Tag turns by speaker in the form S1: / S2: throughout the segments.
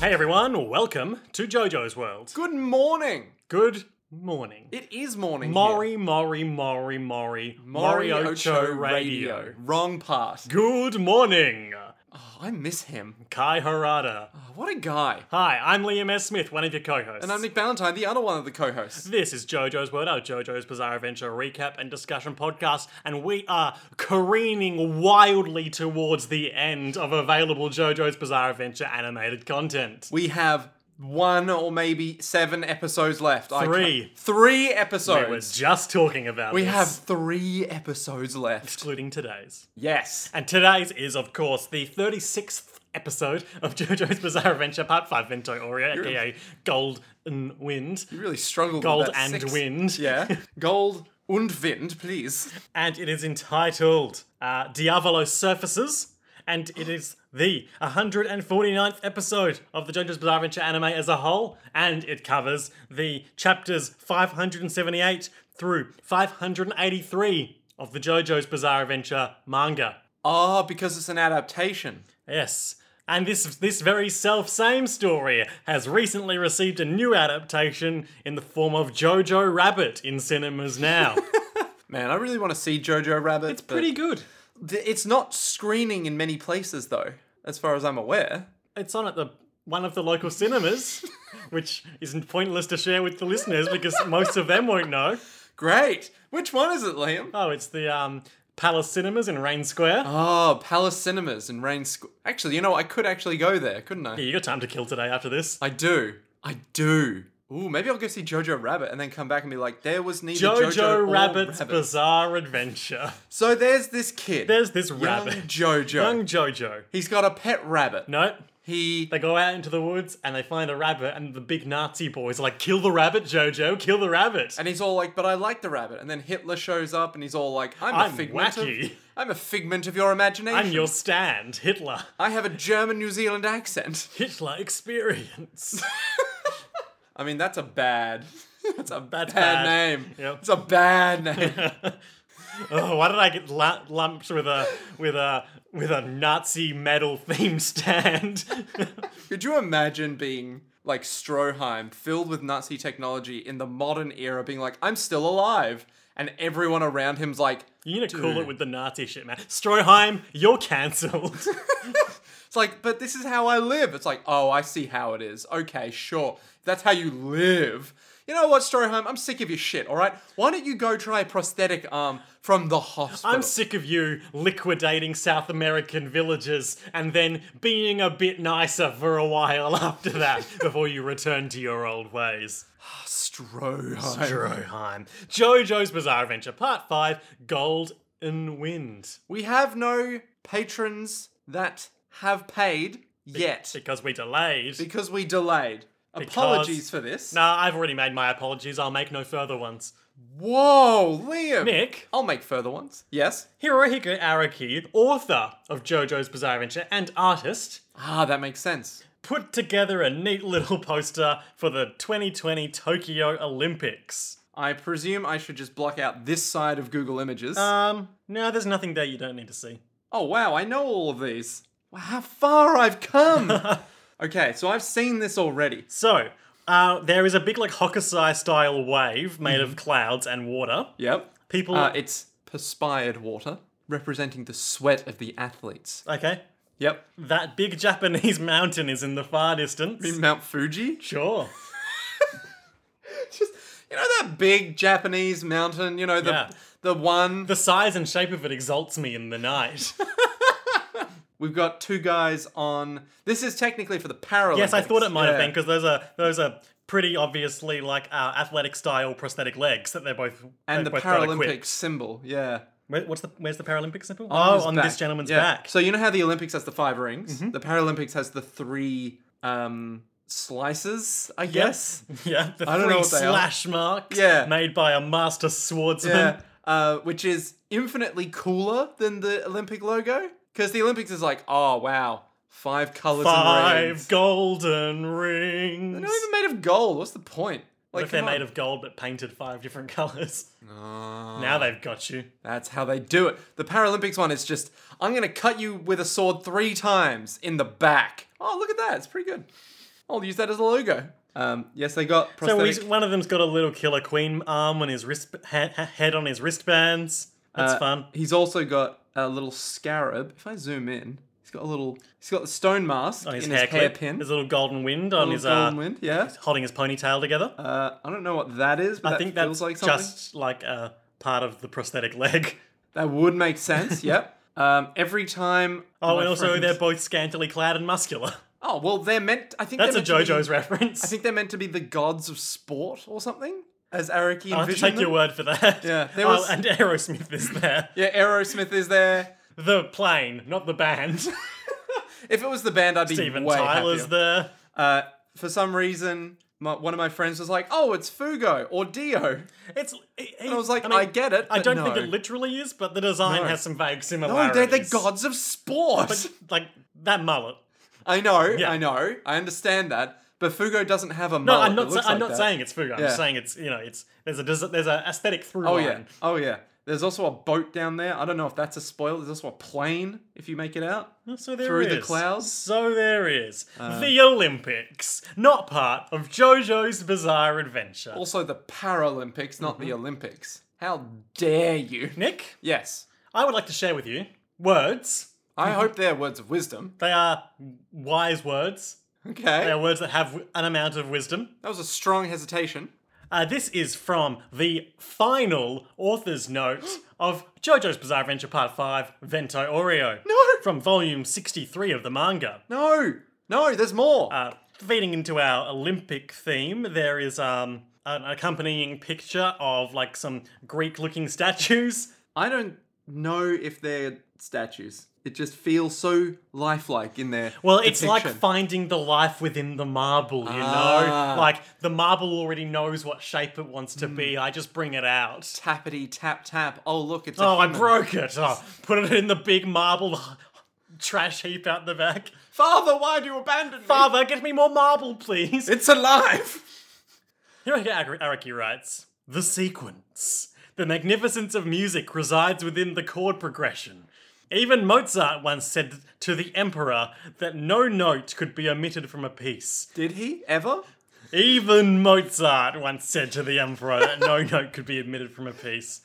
S1: Hey everyone, welcome to JoJo's World.
S2: Good morning.
S1: Good morning.
S2: It is morning. here.
S1: Mori, Mori, Mori, Mori,
S2: Mori
S1: Mori Ocho Radio.
S2: Wrong pass.
S1: Good morning,
S2: Oh, I miss him.
S1: Kai Harada.
S2: Oh, what a guy.
S1: Hi, I'm Liam S. Smith, one of your co-hosts.
S2: And I'm Nick Ballantyne, the other one of the co-hosts.
S1: This is JoJo's World, our JoJo's Bizarre Adventure recap and discussion podcast, and we are careening wildly towards the end of available JoJo's Bizarre Adventure animated content.
S2: We have one or maybe seven episodes left. I
S1: Three.
S2: can't- Three
S1: We were
S2: episodes.
S1: just talking about
S2: We
S1: this,
S2: have three episodes left.
S1: excluding today's.
S2: Yes.
S1: And today's is, of course, the 36th episode of JoJo's Bizarre Adventure Part 5 Vento Aurea, aka Gold and Wind.
S2: You really struggled
S1: Gold
S2: with that
S1: and
S2: six.
S1: Wind.
S2: Yeah. Gold und Wind, please.
S1: And it is entitled uh, Diavolo Surfaces. And it is the 149th episode of the JoJo's Bizarre Adventure anime as a whole. And it covers the chapters 578 through 583 of the JoJo's Bizarre Adventure manga.
S2: Ah, because it's an adaptation.
S1: Yes. And this this very self same story has recently received a new adaptation in the form of Jojo Rabbit in cinemas now.
S2: Man, I really want to see Jojo Rabbit.
S1: it's pretty good.
S2: Th- It's not screening in many places, though, as far as I'm aware.
S1: It's on at the one of the local cinemas, which isn't pointless to share with the listeners because most of them won't know.
S2: Great. Which one is it, Liam?
S1: Oh, it's the um, Palace Cinemas in Rain Square.
S2: Oh, Palace Cinemas and Rain Square. Actually, you know, I could actually go there, couldn't I?
S1: Yeah, you got time to kill today after this.
S2: I do. I do. Ooh, maybe I'll go see Jojo Rabbit and then come back and be like, there was neither
S1: Jojo,
S2: Jojo, or
S1: Rabbit's
S2: Rabbit.
S1: Bizarre Adventure.
S2: so there's this kid,
S1: There's this
S2: young
S1: rabbit.
S2: Jojo.
S1: Young Jojo.
S2: He's got a pet rabbit.
S1: Nope.
S2: He
S1: They go out into the woods and they find a rabbit, and the big Nazi boys are like, "Kill the rabbit, Jojo! Kill the rabbit!"
S2: and he's all like, but I like the rabbit. And then Hitler shows up and he's all like, I'm,
S1: I'm
S2: a figment. Of,
S1: wacky.
S2: I'm a figment of your imagination.
S1: I'm your stand, Hitler.
S2: I have a German New Zealand accent.
S1: Hitler experience.
S2: I mean, that's a bad. That's a bad,
S1: bad.
S2: name.
S1: Yep.
S2: It's a bad name.
S1: oh, why did I get la- lumped with a with a with a Nazi metal theme stand?
S2: Could you imagine being like Stroheim, filled with Nazi technology in the modern era, being like, "I'm still alive," and everyone around him's like,
S1: you need to cool it with the Nazi shit, man. Stroheim, you're cancelled.
S2: "It's like, but this is how I live." It's like, "Oh, I see how it is. Okay, sure. That's how you live." You know what, Stroheim? I'm sick of your shit. All right, why don't you go try a prosthetic arm from the hospital?
S1: I'm sick of you liquidating South American villages and then being a bit nicer for a while after that before you return to your old ways.
S2: Stroheim.
S1: Droheim. JoJo's Bizarre Adventure Part 5 Gold and Wind.
S2: We have no patrons that have paid yet
S1: Because we delayed.
S2: because we delayed. Apologies for this.
S1: nah, I've already made my apologies. I'll make no further ones.
S2: Whoa, Liam.
S1: Nick,
S2: I'll make further ones. Yes.
S1: Hirohiko Araki, author of JoJo's Bizarre Adventure and artist,
S2: Ah, that makes sense.
S1: put together a neat little poster for the 2020 Tokyo Olympics.
S2: I presume I should just block out this side of Google Images.
S1: Um, no, there's nothing there you don't need to see.
S2: oh, wow, I know all of these. Wow, how far I've come. okay, so I've seen this already.
S1: So, uh, there is a big, like, Hokusai style wave made of clouds and water.
S2: Yep.
S1: People.
S2: Uh, it's perspired water, representing the sweat of the athletes.
S1: okay.
S2: Yep.
S1: That big Japanese mountain is in the far distance.
S2: Mount Fuji?
S1: Sure.
S2: just you know that big Japanese mountain, you know the
S1: Yeah.
S2: the one
S1: The size and shape of it exalts me in the night.
S2: we've got two guys on. This is technically for the Paralympics.
S1: yes, I thought it might have
S2: Yeah.
S1: been because those are those are pretty obviously like uh, athletic style prosthetic legs that they're both
S2: and the
S1: they've both got equipped.
S2: Paralympic symbol. Yeah.
S1: Where, what's the where's the Paralympic symbol?
S2: On
S1: oh,
S2: his
S1: on
S2: back.
S1: this gentleman's
S2: Yeah.
S1: back. Mm-hmm.
S2: So you know how the Olympics has the five rings? The Paralympics has the three um slices, I guess.
S1: yeah, the
S2: don't know
S1: three
S2: what they are.
S1: slash marks
S2: Yeah.
S1: made by a master swordsman.
S2: Yeah. Uh, which is infinitely cooler than the Olympic logo because the Olympics is like, oh wow, five colors and
S1: Five
S2: rings.
S1: golden rings.
S2: They're not even made of gold. What's the point?
S1: What
S2: Like
S1: if they're
S2: come on.
S1: made of gold but painted five different colours? Now they've got you.
S2: Oh, That's how they do it. The Paralympics one is just, I'm going to cut you with a sword three times in the back. Oh, look at that. It's pretty good. I'll use that as a logo. Um, yes, they got
S1: So
S2: prosthetic.
S1: he's, one of them's got a little killer queen arm on his wrist, ha- ha- head on his wristbands. That's
S2: Uh,
S1: fun.
S2: He's also got a little scarab. If I zoom in, he's got a little. He's got the stone mask
S1: On his
S2: in
S1: hair
S2: his
S1: clip.
S2: hairpin.
S1: There's a little golden wind on
S2: little
S1: his uh,
S2: golden wind, yeah.
S1: holding his ponytail together.
S2: Uh, I don't know what that is, but
S1: I
S2: that
S1: think
S2: feels
S1: that's
S2: like something.
S1: just like a part of the prosthetic leg.
S2: That would make sense. yep. Um, every time.
S1: Oh,
S2: my
S1: and also
S2: friends-
S1: they're both scantily clad and muscular.
S2: Oh well, they're meant. I think
S1: That's a
S2: they're meant to be-
S1: JoJo's reference.
S2: I think they're meant to be the gods of sport or something, as Araki
S1: I'll
S2: envisioned
S1: take
S2: them.
S1: your word for that.
S2: Yeah, there
S1: Oh,
S2: was-
S1: and Aerosmith is there.
S2: Yeah, Aerosmith is there.
S1: The plane, not the band.
S2: If it was the band, I'd be
S1: Steven
S2: way
S1: Tyler's
S2: happier.
S1: there.
S2: Uh, for some reason, my, one of my friends was like, "Oh, it's Fugo or Dio,"
S1: It's. he- he-
S2: and I was like, "I,
S1: mean,
S2: get it."
S1: I
S2: but
S1: don't
S2: no.
S1: think it literally is, but the design
S2: No.
S1: has some vague
S2: No,
S1: similarities.
S2: Oh, they're the gods Oh, of sport.
S1: But, like that mullet.
S2: I know,
S1: Yeah.
S2: I know, I understand that. But Fugo doesn't have a
S1: No,
S2: mullet.
S1: I'm
S2: that
S1: not. Sa-
S2: looks
S1: I'm
S2: like
S1: not
S2: that.
S1: saying it's Fugo. I'm
S2: Yeah.
S1: just saying it's you know it's there's a des- there's a aesthetic through
S2: Oh
S1: line.
S2: yeah, oh yeah. There's also a boat down there. I don't know if that's a spoil. There's also a plane if you make it out.
S1: Oh, So there
S2: Through the Uh.
S1: is.
S2: clouds?
S1: So there is the Olympics, not part of JoJo's Bizarre Adventure.
S2: Also the Paralympics, not
S1: Mm-hmm.
S2: the Olympics. How dare you?
S1: Nick,
S2: Yes,
S1: I would like to share with you words.
S2: I hope they're words of wisdom.
S1: They are wise words. They
S2: Okay,
S1: are words that have w- an amount of wisdom.
S2: that was a strong hesitation.
S1: Uh, this is from the final author's note of JoJo's Bizarre Adventure Part 5 Vento Oreo.
S2: No.
S1: From volume 63 of the manga.
S2: No, no, there's more.
S1: Uh, feeding into our Olympic theme, there is um, an accompanying picture of like some Greek looking statues.
S2: I don't know if they're statues. It just feels so lifelike in there.
S1: Well, it's like
S2: depiction.
S1: finding the life within the marble, you
S2: Ah.
S1: know? Like the marble already knows what shape it wants to be.
S2: Hmm.
S1: I just bring it out.
S2: tappity tap tap. Oh look, it's a
S1: Oh, I
S2: human.
S1: broke it. Oh, put it in the big marble trash heap out the back.
S2: Father, why do you abandon me?
S1: Father, get me more marble, please.
S2: It's alive.
S1: Here Araki writes The sequence. The magnificence of music resides within the chord progression. Even Mozart once said to the emperor that no note could be omitted from a piece.
S2: Did he ever?
S1: Even Mozart once said to the emperor that no note could be omitted from a piece.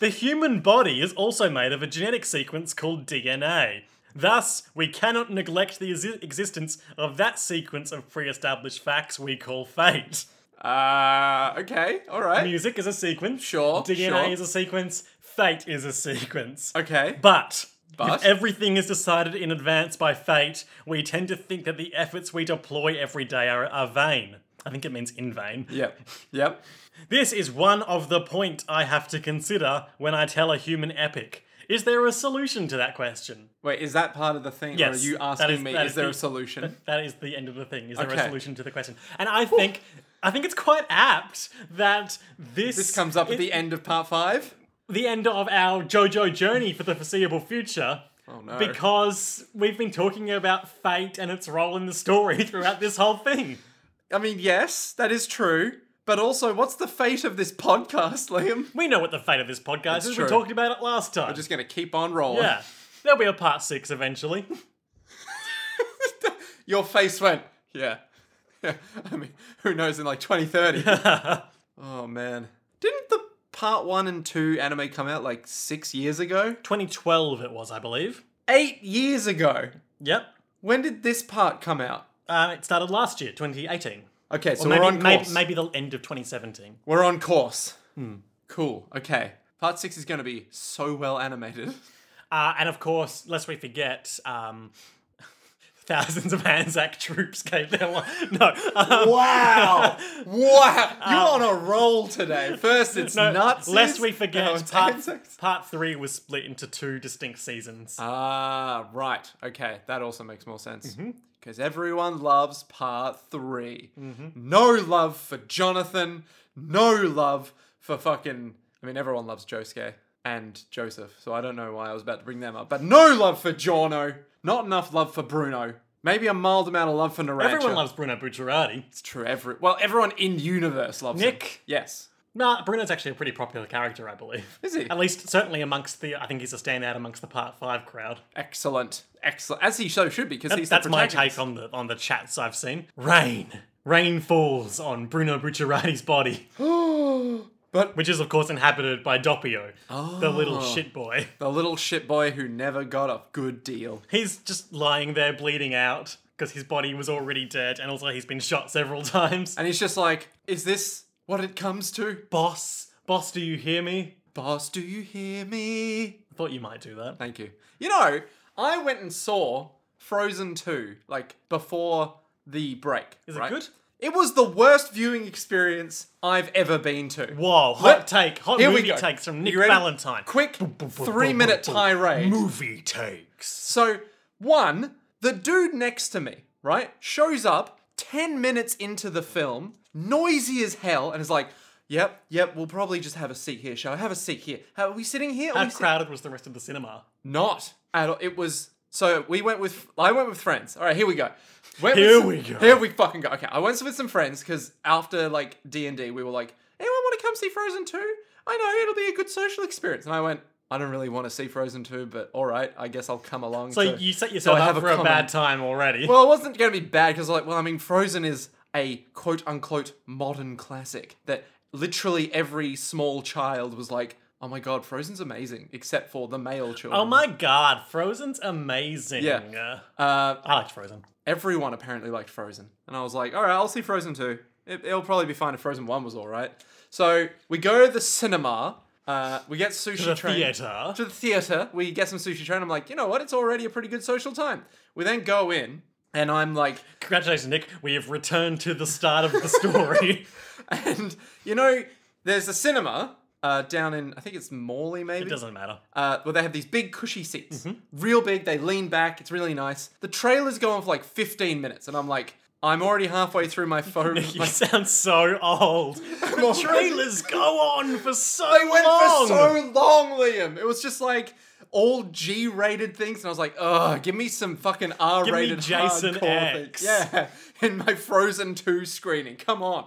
S1: The human body is also made of a genetic sequence called DNA. Thus, we cannot neglect the exi- existence of that sequence of pre established facts we call fate.
S2: Uh, okay, all right.
S1: Music is a sequence.
S2: Sure,
S1: DNA
S2: sure.
S1: is a sequence. Fate is a sequence.
S2: Okay.
S1: But,
S2: But?
S1: if everything is decided in advance by fate, we tend to think that the efforts we deploy every day are, are vain. I think it means in vain.
S2: Yep. Yep.
S1: This is one of the point I have to consider when I tell a human epic. Is there a solution to that question?
S2: Wait, is that part of the thing? Or
S1: Yes,
S2: are you
S1: that
S2: asking
S1: is-
S2: me,
S1: that
S2: is
S1: is
S2: there
S1: the-
S2: a solution?
S1: That is the end of the thing. Is there
S2: Okay.
S1: a solution to the question? And I think I think it's quite apt that this
S2: This comes up at the end of part five?
S1: the end of our JoJo journey for the foreseeable future.
S2: Oh, no.
S1: Because we've been talking about fate and its role in the story throughout this whole thing.
S2: I mean, yes, that is true. But also, what's the fate of this podcast, Liam?
S1: We know what the fate of this podcast is.
S2: true.
S1: We talked about it last time.
S2: Just gonna keep on rolling.
S1: yeah. There'll be a part six eventually.
S2: Your face went, yeah. yeah. I mean, who knows in like 2030. oh, man. Didn't the part one and two anime come out like six years ago?
S1: 2012 it was, I believe.
S2: Eight years ago.
S1: Yep.
S2: When did this part come out?
S1: Uh, it started last year, 2018.
S2: Okay, so
S1: Maybe,
S2: we're on
S1: may-
S2: course.
S1: maybe the end of 2017.
S2: We're on course.
S1: Hmm.
S2: Cool. Okay. Part six is going to be so well animated.
S1: Uh, and of course, lest we forget, um, thousands of Anzac troops gave their life. No. Um,
S2: Wow! wow! You're on a roll today. First, it's
S1: Uh, No,
S2: nuts.
S1: lest we forget, part,
S2: six.
S1: part three was split into two distinct seasons.
S2: Ah, right. Okay, that also makes more sense.
S1: Mm-hmm.
S2: Because everyone loves part 3
S1: Mm-hmm.
S2: No love for Jonathan. No love for fucking. I mean, everyone loves Josuke and Joseph, so I don't know why I was about to bring them up. But no love for Jono. Not enough love for Bruno. Maybe a mild amount of love for Narancha.
S1: Everyone loves Bruno Bucciarati.
S2: It's true. Every well, everyone in universe loves him.
S1: Nick?
S2: Yes.
S1: Nah, Bruno's actually a pretty popular character, I believe.
S2: Is he?
S1: At least, certainly amongst the, I think he's a standout amongst the Part Five crowd.
S2: Excellent, excellent. As he so should be, because he's
S1: That's
S2: the
S1: my
S2: protagonist.
S1: take on the on the chats I've seen. Rain, rain falls on Bruno Bucciarati's body,
S2: But
S1: which is of course inhabited by Doppio, the little
S2: Oh.
S1: shit boy.
S2: the little shit boy who never got a good deal.
S1: He's just lying there bleeding out because his body was already dead, and also he's been shot several times.
S2: And he's just like, is this what it comes to?
S1: boss, boss, do you hear me?
S2: Boss, do you hear me?
S1: I thought you might do that.
S2: Thank you. You know, I went and saw Frozen 2, like, before the break.
S1: Is it
S2: right?
S1: good?
S2: It was the worst viewing experience I've ever been to.
S1: Whoa, hot
S2: Let-
S1: take, hot
S2: Here we
S1: movie
S2: go.
S1: takes from
S2: You
S1: Nick
S2: ready?
S1: Valentine.
S2: Quick three minute tirade.
S1: Movie takes.
S2: So, one, the dude next to me, right, shows up 10 minutes into the film, noisy as hell, and is like, yep, yep, we'll probably just have a seat here, shall I? Have a seat here. Are we sitting here? Are
S1: How
S2: we sit-
S1: crowded was the rest of the cinema?
S2: Not at all. It was. So we went with. I went with friends. All right, here we go. Went with
S1: Here
S2: some-
S1: we go.
S2: Here we fucking go. Okay, I went with some friends because after like D and D, we were like, anyone want to come see Frozen Two? I know it'll be a good social experience. And I went. I don't really want to see Frozen Two, but all right, I guess I'll come along.
S1: So
S2: to-
S1: you set
S2: so
S1: yourself
S2: I
S1: up
S2: have
S1: for a
S2: comment.
S1: bad time already.
S2: Well, it wasn't going to be bad because, like, well, I mean, Frozen is a quote unquote modern classic that literally every small child was like, oh my god, Frozen's amazing, except for the male children.
S1: oh my god, Frozen's amazing.
S2: Yeah.
S1: Uh,
S2: Uh,
S1: I liked Frozen.
S2: everyone apparently liked Frozen. And I was like, all right, I'll see Frozen 2. It, it'll probably be fine if Frozen 1 was all right. So we go to the cinema. Uh, we get sushi
S1: The
S2: train.
S1: theater.
S2: To the theater. We get some sushi train. I'm like, you know what? It's already a pretty good social time. We then go in. And I'm like,
S1: Congratulations, Nick. We have returned to the start of the story.
S2: and you know, there's a cinema uh, down in, I think it's Morley, maybe?
S1: it Mm-hmm. doesn't matter.
S2: uh, where they have these big cushy seats, real big. They lean back. It's really nice. The trailers go on for like 15 minutes, and I'm like, I'm already halfway through my phone.
S1: You
S2: my-
S1: sound so old. The trailers go on for so
S2: they went for
S1: long.
S2: so long, Liam. It was just like all G-rated things, and I was like, ugh, give me some fucking R-rated
S1: Jason
S2: hardcore
S1: X.
S2: things. Yeah, in my Frozen 2 screening. Come on.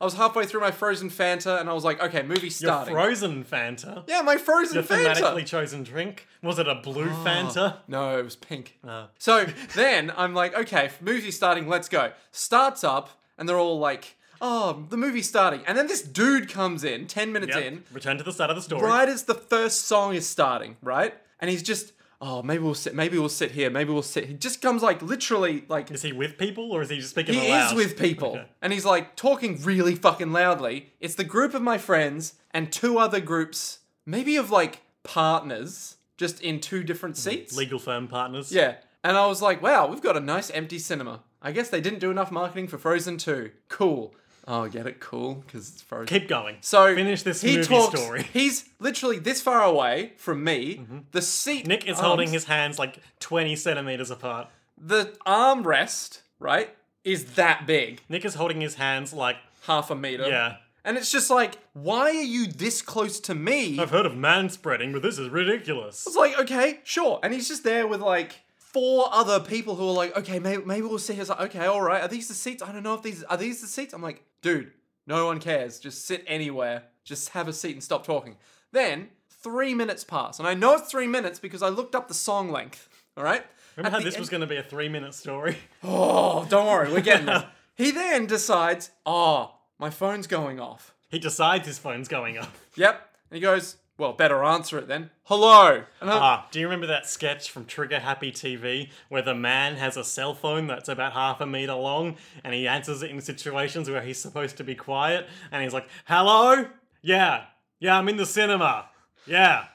S2: I was halfway through my Frozen Fanta, and I was like, okay, movie
S1: Your
S2: starting.
S1: frozen Fanta.
S2: yeah, my Frozen
S1: Your
S2: Fanta. Ah,
S1: thematically chosen drink. Was it a blue Fanta?
S2: No, it was pink.
S1: Oh.
S2: So then I'm like, okay, movie starting, let's go. Starts up, and they're all like, oh, the movie's starting. And then this dude comes in, 10 minutes
S1: Yep.
S2: in,
S1: Return to the start of the story.
S2: right as the first song is starting, right? And he's just, oh, maybe we'll sit, maybe we'll sit here, maybe we'll sit. He just comes like literally like
S1: Is he with people or is he just speaking
S2: he
S1: aloud?
S2: is with people.
S1: Okay.
S2: And he's like talking really fucking loudly. It's the group of my friends and two other groups, maybe of like partners, just in two different seats.
S1: Legal firm partners.
S2: Yeah. And I was like, wow, we've got a nice empty cinema. I guess they didn't do enough marketing for Frozen 2. Cool. Oh, get it? Cool. Because it's Frozen.
S1: Keep going.
S2: so
S1: finish this
S2: he
S1: movie
S2: talks,
S1: story. Mm-hmm.
S2: He's literally this far away from me. The seat.
S1: Nick is holding his hands like 20 centimeters apart.
S2: The armrest, right, is that big.
S1: Nick is holding his hands like,
S2: Half a meter.
S1: yeah.
S2: And it's just like, why are you this close to me?
S1: I've heard of man spreading, but this is ridiculous.
S2: It's like, okay, sure. And he's just there with like four other people who are like, okay, maybe, maybe we'll see. He's like, okay, all right. Are these the seats? I don't know if these are these the seats. I'm like, dude, no one cares. Just sit anywhere. Just have a seat and stop talking. Then three minutes pass, and I know it's three minutes because I looked up the song length. All right.
S1: Remember
S2: At
S1: how
S2: the
S1: this
S2: end-
S1: was going to be a three minute story?
S2: Oh, don't worry, we're getting there. He then decides, oh, my phone's going off.
S1: He decides his phone's going off.
S2: Yep. And he goes, well, better answer it then. Hello. And I'm-
S1: Ah, do you remember that sketch from Trigger Happy TV where the man has a cell phone that's about half a meter long and he answers it in situations where he's supposed to be quiet and he's like, "Hello? Yeah. Yeah, I'm in the cinema. Yeah.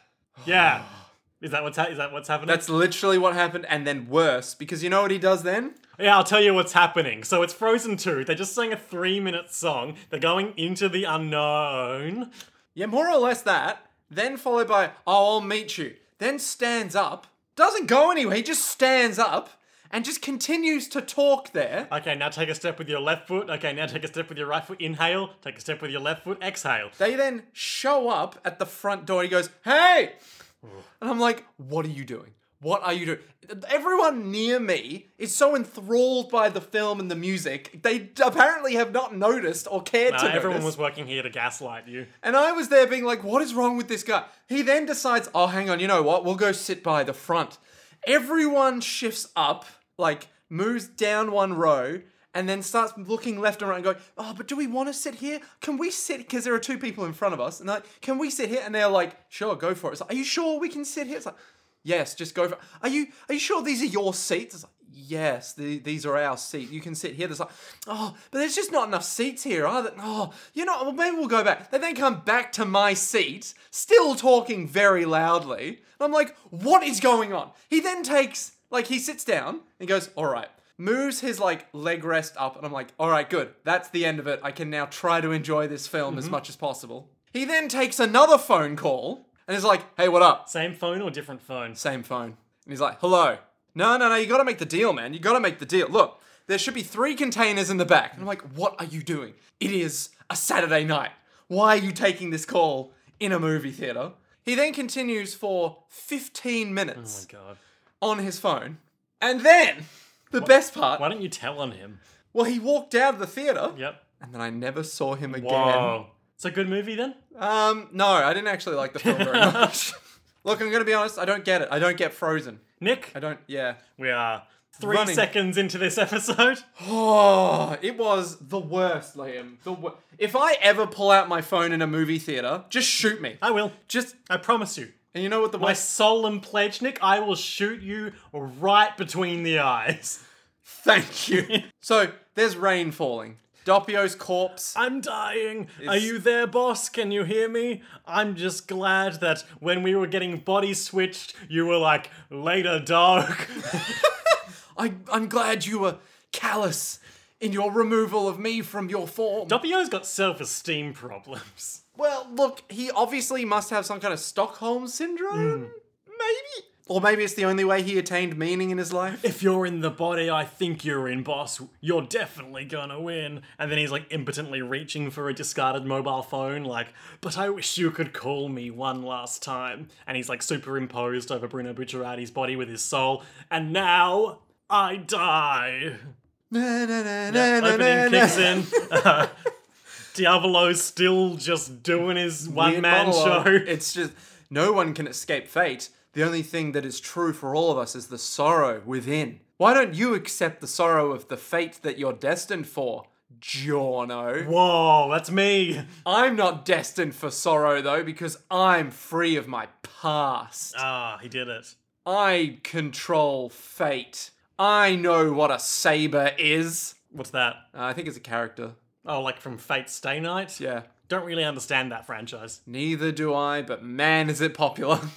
S1: Yeah." Is that what's ha- is that what's happening?
S2: That's literally what happened, and then worse, because you know what he does then?
S1: yeah, I'll tell you what's happening. So it's Frozen 2. They just sang a 3-minute song. They're going into the unknown.
S2: Yeah, more or less that, then followed by, oh, I'll meet you. Then stands up, doesn't go anywhere, he just stands up and just continues to talk there.
S1: Okay, now take a step with your left foot. Okay, now take a step with your right foot. Inhale. Take a step with your left foot. Exhale.
S2: They then show up at the front door, he goes, hey! And I'm like, what are you doing? What are you doing? Everyone near me is so enthralled by the film and the music, they d- apparently have not noticed or cared
S1: Uh,
S2: to
S1: everyone
S2: notice.
S1: was working here to gaslight you.
S2: And I was there being like, what is wrong with this guy? He then decides, oh, hang on, you know what? We'll go sit by the front. Everyone shifts up, like moves down one row, and then starts looking left and right and going, oh, but do we want to sit here? Can we sit? Because there are two people in front of us. And they're like, can we sit here? And they're like, sure, go for it. It's like, are you sure we can sit here? It's like, yes, just go for it. Are you, are you sure these are your seats? It's like, Yes, the, these are our seats. You can sit here. There's like, oh, but there's just not enough seats here, are there? Oh, you know, well, maybe we'll go back. They then come back to my seat, still talking very loudly. And I'm like, what is going on? He then takes, like, he sits down and goes, all right, moves his, like, leg rest up. And I'm like, all right, good. That's the end of it. I can now try to enjoy this film as much as possible. He then takes another phone call and is like, hey, what up?
S1: Same phone or different phone? Oh
S2: Same phone. And he's like, hello. No, no, no, you gotta make the deal, man. You gotta make the deal. Look, there should be three containers in the back. And I'm like, what are you doing? It is a Saturday night. Why are you taking this call in a movie theater? He then continues for 15 minutes
S1: God.
S2: on his phone. And then, the best part,
S1: Why don't you tell on him?
S2: well, he walked out of the theater
S1: Yep.
S2: and then I never saw him again.
S1: Whoa. It's a good movie then?
S2: Um, no, I didn't actually like the film very much. Look, I'm gonna be honest, I don't get it. I don't get Frozen.
S1: Nick,
S2: I don't, yeah.
S1: we are three
S2: Running.
S1: seconds into this episode.
S2: Oh, it was the worst, Liam. The wor- if I ever pull out my phone in a movie theater, just shoot me.
S1: I will.
S2: Just
S1: I promise you.
S2: and you know what the
S1: My
S2: worst?
S1: solemn pledge, Nick, I will shoot you right between the eyes.
S2: Thank you. so there's rain falling. Doppio's corpse.
S1: I'm dying. Are you there, boss? Can you hear me? I'm just glad that when we were getting body switched, you were like, later, dog.
S2: I, I'm glad you were callous in your removal of me from your form.
S1: Doppio's got self esteem problems.
S2: well, look, he obviously must have some kind of Stockholm
S1: Hmm.
S2: syndrome, maybe, or maybe it's the only way he attained meaning in his life.
S1: If you're in the body I think you're in, boss, you're definitely gonna win. And then he's like impotently reaching for a discarded mobile phone, like, but I wish you could call me one last time. And he's like superimposed over Bruno Bucciarati's body with his soul. And now I die.
S2: Na, na, na, na, na, na,
S1: Opening
S2: na.
S1: kicks in. Diavolo's still just doing his one
S2: Weird
S1: man
S2: monologue.
S1: show.
S2: It's just no one can escape fate. The only thing that is true for all of us is the sorrow within. Why don't you accept the sorrow of the fate that you're destined for, Giorno?
S1: Whoa, that's me.
S2: I'm not destined for sorrow though, because I'm free of my past.
S1: Ah, he did it.
S2: I control fate. I know what a saber is.
S1: What's that?
S2: Uh, I think it's a character.
S1: Oh, like from Fate Stay Night?
S2: Yeah.
S1: Don't really understand that franchise.
S2: Neither do I, but man, is it popular.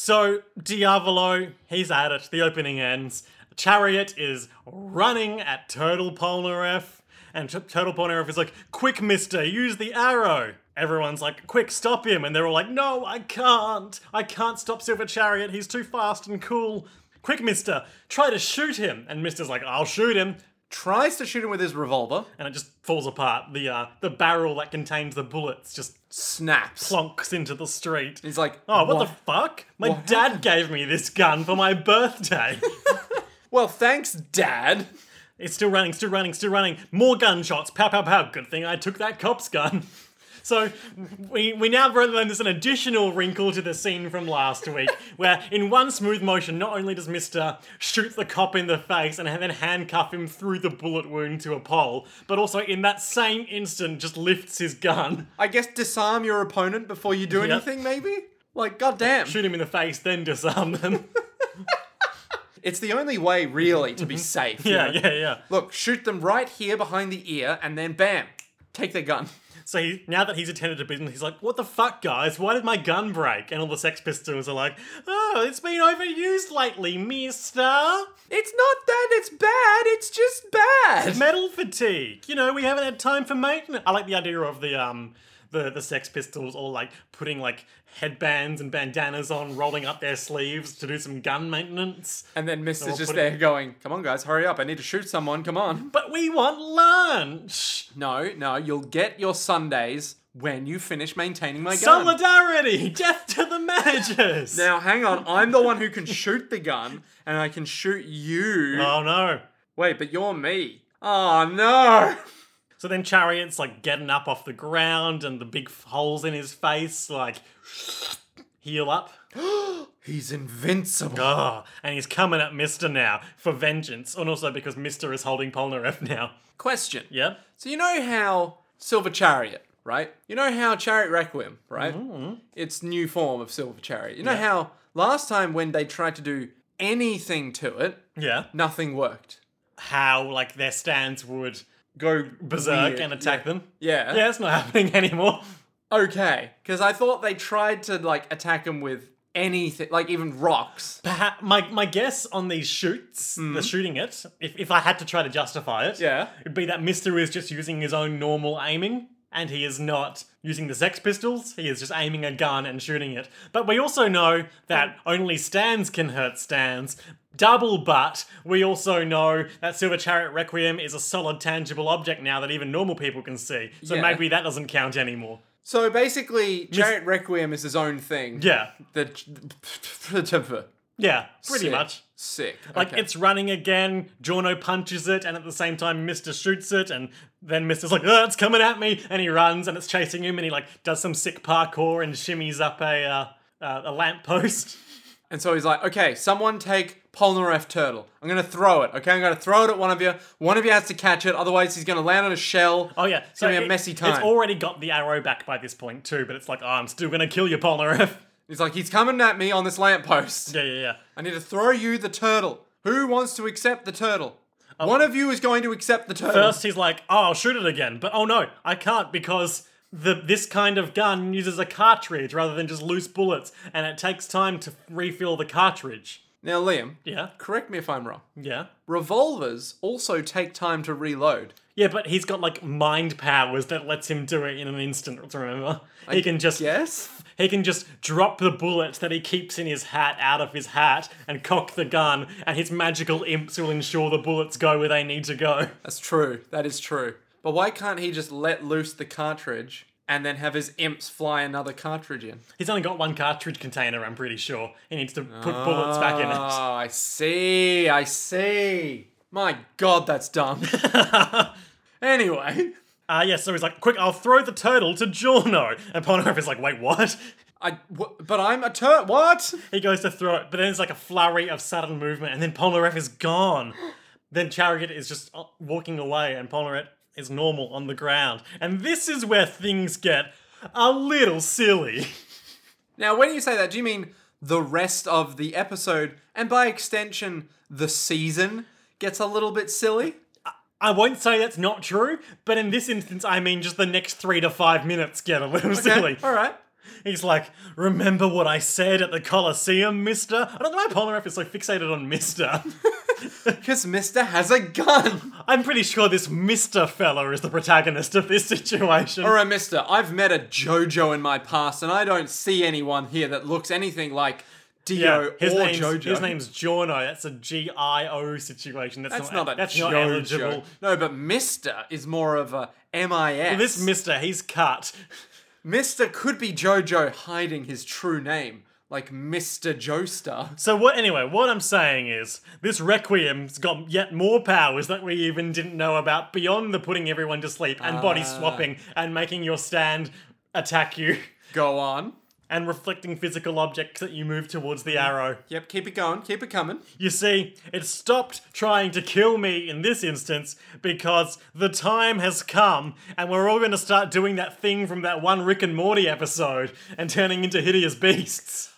S1: So, Diavolo, he's at it. The opening ends. Chariot is running at Turtle Polnareff. And T- Turtle Polnareff is like, Quick, mister, use the arrow. Everyone's like, Quick, stop him. And they're all like, No, I can't. I can't stop Silver Chariot. He's too fast and cool. Quick, mister, try to shoot him. And mister's like, I'll shoot him.
S2: Tries to shoot him with his revolver.
S1: And it just falls apart. The, uh, the barrel that contains the bullets just
S2: Snaps.
S1: plonks into the street.
S2: He's like,
S1: Oh, what, the fuck? My
S2: What
S1: dad gave me this gun for my birthday.
S2: well, thanks, Dad.
S1: it's still running, still running, still running. More gunshots. Pow, pow, pow. Good thing I took that cop's gun. So we, we now learn that there's an additional wrinkle to the scene from last week, where in one smooth motion, not only does Mister shoot the cop in the face and then handcuff him through the bullet wound to a pole, but also in that same instant just lifts his gun,
S2: I guess disarm your opponent before you do
S1: Yeah.
S2: anything, maybe? Like, goddamn.
S1: shoot him in the face, then disarm them.
S2: It's the only way, really, to be safe. you
S1: Mm-hmm. yeah,
S2: know?
S1: yeah, yeah.
S2: Look, shoot them right here behind the ear, and then bam, take their gun.
S1: So he, now that he's attended to business, he's like, "What the fuck, guys? Why did my gun break?" And all the Sex Pistols are like, "Oh, it's been overused lately, Mister.
S2: It's not that it's bad, it's just bad.
S1: Metal fatigue. You know, we haven't had time for maintenance." I like the idea of the um, the the Sex Pistols all like putting like headbands and bandanas on, rolling up their sleeves to do some gun maintenance.
S2: And then Mister's just
S1: put
S2: there going, come on, guys, hurry up. I need to shoot someone, come on.
S1: But we want lunch.
S2: No, no, you'll get your Sundays when you finish maintaining my gun.
S1: Solidarity! Death to the managers!
S2: now, hang on. I'm the one who can shoot the gun, and I can shoot you.
S1: oh no.
S2: Wait, but you're me. Oh no!
S1: So then Chariot's like getting up off the ground and the big f- holes in his face, like heal up.
S2: He's invincible.
S1: Oh, and he's coming at Mister now for vengeance, and also because Mister is holding Polnareff now.
S2: Question.
S1: Yep.
S2: So you know how Silver Chariot, right? You know how Chariot Requiem, right?
S1: Mm-hmm.
S2: It's new form of Silver Chariot. You know how last time when they tried to do anything to it,
S1: Yeah.
S2: nothing worked.
S1: How like their stands would
S2: Go
S1: berserk
S2: weird.
S1: and attack them.
S2: Yeah.
S1: Yeah, it's not happening anymore.
S2: Okay. Because I thought they tried to like attack him with anything, like even rocks.
S1: Perhaps my my guess on these shoots, the shooting it, if, if I had to try to justify it,
S2: Hmm. Yeah.
S1: it'd be that Mister is just using his own normal aiming, and he is not using the Sex Pistols. He is just aiming a gun and shooting it. But we also know
S2: Hmm.
S1: that only stands can hurt stands. Double butt. We also know that Silver Chariot Requiem is a solid, tangible object now that even normal people can see. So
S2: Yeah.
S1: maybe that doesn't count anymore.
S2: So basically, Chariot Requiem is his own thing.
S1: Yeah,
S2: The
S1: yeah, pretty
S2: Sick.
S1: much.
S2: Sick.
S1: Like
S2: Okay.
S1: it's running again. Jorno punches it, and at the same time, Mister shoots it, and then Mister's like, "Oh, it's coming at me!" And he runs, and it's chasing him, and he like does some sick parkour and shimmies up a uh, uh, a lamppost.
S2: And so he's like, okay, someone take Polnareff Turtle. I'm gonna throw it, okay? I'm gonna throw it at one of you. One of you has to catch it, otherwise he's gonna land on a shell.
S1: Oh yeah, so
S2: gonna be a messy time.
S1: It's already got the arrow back by this point too, but it's like, "Oh, I'm still gonna kill you, Polnareff."
S2: He's like, he's coming at me on this lamppost.
S1: yeah, yeah, yeah.
S2: I need to throw you the turtle. Who wants to accept the turtle? one of you is going to accept the turtle.
S1: Oh. First, he's like, "Oh, I'll shoot it again," but oh no, I can't because. The, this kind of gun uses a cartridge rather than just loose bullets, and it takes time to refill the cartridge.
S2: Now, Liam,
S1: Yeah,
S2: correct me if I'm wrong.
S1: yeah.
S2: Revolvers also take time to reload.
S1: Yeah, but he's got like mind powers that lets him do it in an instant. Remember, he can just
S2: Yes?
S1: he can just drop the bullet that he keeps in his hat out of his hat and cock the gun, and his magical imps will ensure the bullets go where they need to go.
S2: That's true. That is true. But why can't he just let loose the cartridge and then have his imps fly another cartridge in?
S1: He's only got one cartridge container, I'm pretty sure. He needs to put bullets back in it.
S2: Oh, I see. I see. My God, that's dumb. anyway,
S1: Ah, yeah. So he's like, "Quick, I'll throw the turtle to Jorno." And Polnareff is like, "Wait, what?"
S2: I. wh- but I'm a turtle. What?
S1: He goes to throw it, but then it's like a flurry of sudden movement, and then Polnareff is gone. then Chariot is just uh, walking away, and Polnareff is normal on the ground. And this is where things get a little silly.
S2: Now, when you say that, do you mean the rest of the episode and by extension the season gets a little bit silly?
S1: I won't say that's not true, but in this instance, I mean just the next three to five minutes get a little silly.
S2: all right.
S1: He's like, Remember what I said at the Colosseum, mister? I don't know why Polnareff is so fixated on mister.
S2: Because Mister has a gun.
S1: I'm pretty sure this mister fella is the protagonist of this situation.
S2: All right, Mister. I've met a JoJo in my past, and I don't see anyone here that looks anything like Dio
S1: Yeah, his
S2: or
S1: name's,
S2: JoJo.
S1: His name's Giorno. That's a G I O situation. That's,
S2: That's not, a
S1: that's
S2: JoJo.
S1: not eligible.
S2: No, but Mister is more of a MIS.
S1: This Mister, he's cut.
S2: Mister could be JoJo hiding his true name, like Mister Joestar.
S1: So what? Anyway, what I'm saying is this Requiem's got yet more powers that we even didn't know about beyond the putting everyone to sleep and body
S2: Ah.
S1: swapping and making your stand attack you
S2: Go on.
S1: and reflecting physical objects that you move towards the arrow.
S2: Yep, keep it going, keep it coming.
S1: You see, it stopped trying to kill me in this instance because the time has come and we're all going to start doing that thing from that one Rick and Morty episode and turning into hideous beasts.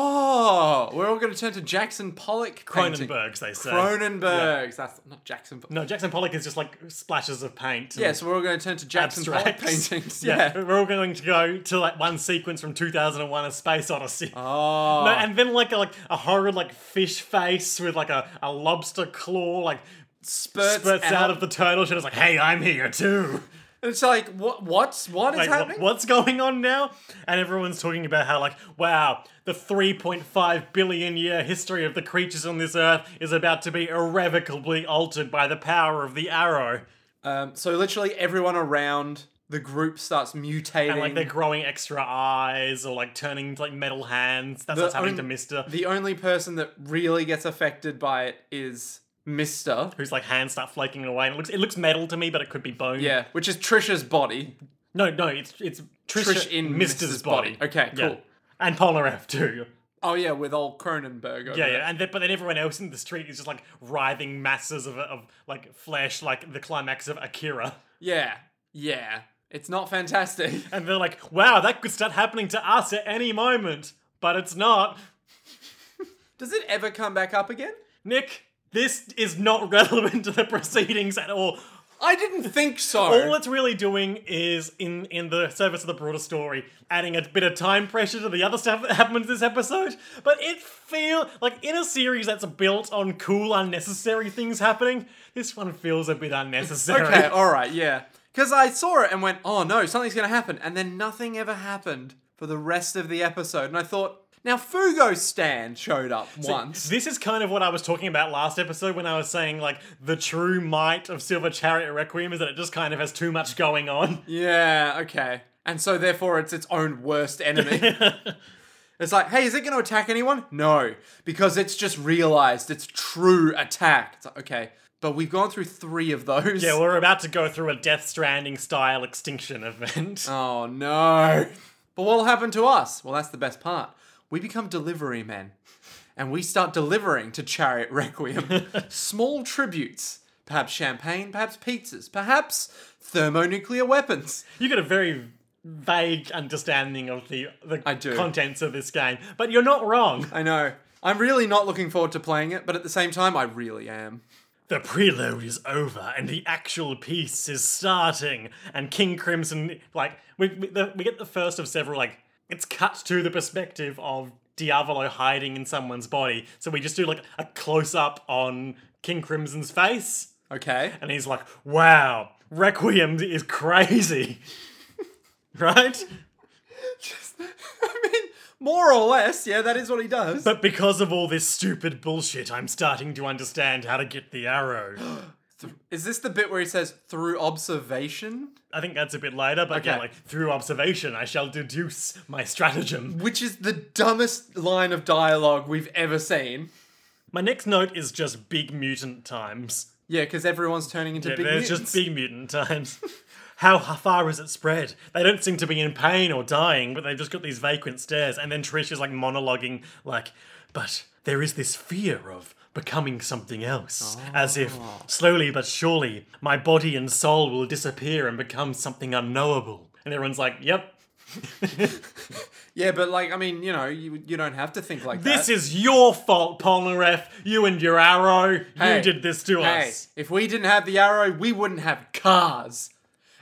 S2: Oh, we're all going to turn to Jackson Pollock painting.
S1: Cronenbergs, they say.
S2: Cronenbergs. That's not Jackson. Pollock.
S1: no, Jackson Pollock is just like splashes of paint. and
S2: Yeah, so we're all going to turn to Jackson Pollock
S1: abstracts.
S2: paintings.
S1: yeah.
S2: Yeah.
S1: we're all going to go to like one sequence from 2001: A Space Odyssey.
S2: Oh.
S1: No, and then like a, like a horrid like fish face with like a, a lobster claw like
S2: spurts,
S1: spurts out. of the turtle shit. It's like, hey, I'm here too.
S2: And it's like, what? What's what is
S1: Wait, wh-
S2: happening?
S1: what's going on now? And everyone's talking about how, like, wow, the 3.5 billion year history of the creatures on this earth is about to be irrevocably altered by the power of the arrow.
S2: Um, so literally everyone around the group starts mutating.
S1: And like they're growing extra eyes or like turning into, like metal hands. That's what's happening to
S2: only-
S1: Mister,
S2: the only person that really gets affected by it is Mister.
S1: whose like hands start flaking away. And it looks it looks metal to me, but it could be bone.
S2: Yeah, which is Trisha's body.
S1: No, no, it's it's Trisha,
S2: Trish in
S1: Mister's,
S2: Mister's
S1: body.
S2: body. Okay,
S1: Yeah.
S2: cool.
S1: And Polnareff too.
S2: Oh yeah, with old Cronenberg. Over
S1: Yeah,
S2: there.
S1: yeah, and then, but then everyone else in the street is just like writhing masses of, of like flesh, like the climax of Akira.
S2: yeah, yeah. It's not fantastic.
S1: And they're like, wow, that could start happening to us at any moment, but it's not.
S2: Does it ever come back up again?
S1: Nick, this is not relevant to the proceedings at all.
S2: I didn't think so.
S1: All it's really doing is, in, in the service of the broader story, adding a bit of time pressure to the other stuff that happens this episode. But it feel like in a series that's built on cool, unnecessary things happening, this one feels a bit unnecessary.
S2: okay, all right, yeah. Because I saw it and went, oh no, something's going to happen. And then nothing ever happened for the rest of the episode. And I thought, now Fugo Stan showed up once.
S1: This is kind of what I was talking about last episode when I was saying like the true might of Silver Chariot Requiem is that it just kind of has too much going on.
S2: Yeah, okay. And so therefore it's its own worst enemy. it's like, hey, is it going to attack anyone? No, because it's just realized its true attack. It's like, okay, but we've gone through 3 of those.
S1: Yeah, we're about to go through a Death Stranding style extinction event.
S2: oh no. But what'll happen to us? Well, that's the best part. We become delivery men. And we start delivering to Chariot Requiem small tributes. Perhaps champagne, perhaps pizzas, perhaps thermonuclear weapons.
S1: You get a very vague understanding of the the
S2: I do.
S1: contents of this game, but you're not wrong.
S2: I know. I'm really not looking forward to playing it, but at the same time, I really am.
S1: The preload is over, and the actual piece is starting. And King Crimson, like, we we, the, we get the first of several. Like, it's cut to the perspective of Diavolo hiding in someone's body. So we just do like a close up on King Crimson's face,
S2: Okay.
S1: and he's like, "Wow, Requiem is crazy." Right?
S2: I mean, more or less, yeah, that is what he does.
S1: But because of all this stupid bullshit, I'm starting to understand how to get the arrow.
S2: is this the bit where he says, through observation?
S1: I think that's a bit later, but yeah,
S2: Okay.
S1: like through observation, I shall deduce my stratagem.
S2: Which is the dumbest line of dialogue we've ever seen.
S1: My next note is just big mutant times.
S2: Yeah, because everyone's turning into big
S1: There's
S2: mutants.
S1: just big mutant times. How h- far is it spread? They don't seem to be in pain or dying, but they've just got these vacant stares. And then Trish is like monologuing, like, but there is this fear of becoming something else. As if,
S2: Ah.
S1: slowly but surely, my body and soul will disappear and become something unknowable. And everyone's like, yep,
S2: Yeah, but like, I mean, you know, you, you don't have to think like
S1: this
S2: that.
S1: is your fault, Polnareff. You and your arrow.
S2: Hey,
S1: you did this to
S2: Hey,
S1: us.
S2: if we didn't have the arrow, we wouldn't have cars.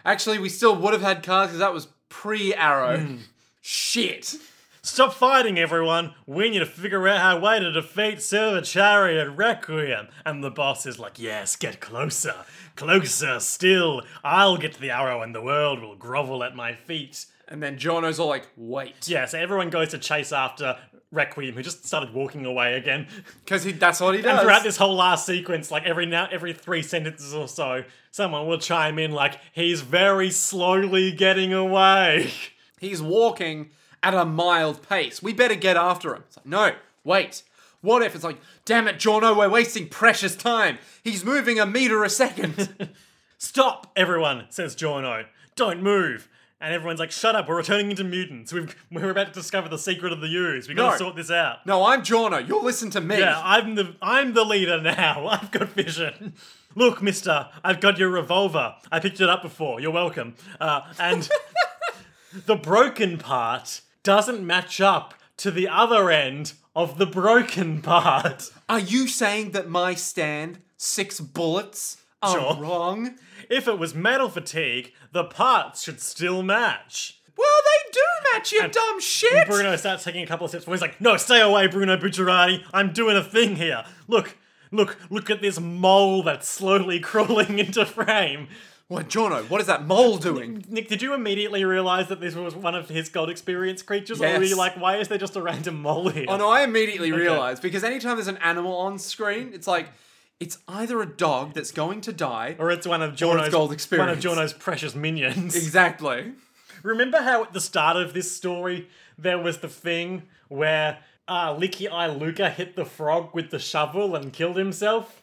S2: Actually, we still would have had cars because that was pre-arrow.
S1: Mm.
S2: Shit.
S1: Stop fighting, everyone! We need to figure out our way to defeat Silver Chariot Requiem! And the boss is like, Yes, get closer! Closer still! I'll get the arrow and the world will grovel at my feet!
S2: And then Jono's all like, wait.
S1: Yeah, so everyone goes to chase after Requiem, who just started walking away again.
S2: Because that's what he does.
S1: And throughout this whole last sequence, like every now every three sentences or so, someone will chime in like, He's very slowly getting away.
S2: He's walking at a mild pace. We better get after him. It's like, no, wait. What if it's like, damn it, Jono, we're wasting precious time. He's moving a meter a second.
S1: Stop, everyone, says Giorno. Don't move. And everyone's like, shut up, we're returning into mutants. We've, we're about to discover the secret of the ooze. We've got
S2: No.
S1: to sort this out.
S2: no, I'm Jono. You'll listen to me.
S1: Yeah, I'm the, I'm the leader now. I've got vision. Look, mister, I've got your revolver. I picked it up before. You're welcome. Uh, and the broken part doesn't match up to the other end of the broken part.
S2: Are you saying that my stand, six bullets, are
S1: Sure.
S2: wrong?
S1: If it was metal fatigue, the parts should still match.
S2: Well, they do match, you dumb shit.
S1: Bruno starts taking a couple of steps forward. He's like, "No, stay away, Bruno Bucciarati. I'm doing a thing here. Look, look, look at this mole that's slowly crawling into frame."
S2: What, Jono, what is that mole doing?
S1: Nick, did you immediately realize that this was one of his god experience creatures, or were
S2: Yes.
S1: you like, "Why is there just a random mole here?"
S2: Oh no, I immediately realized because anytime there's an animal on screen, it's like it's either a dog that's going to die.
S1: Or it's one of Jono's
S2: gold
S1: one of
S2: experience.
S1: Jono's precious minions.
S2: Exactly.
S1: Remember how at the start of this story there was the thing where uh, Licky Eye Luca hit the frog with the shovel and killed himself?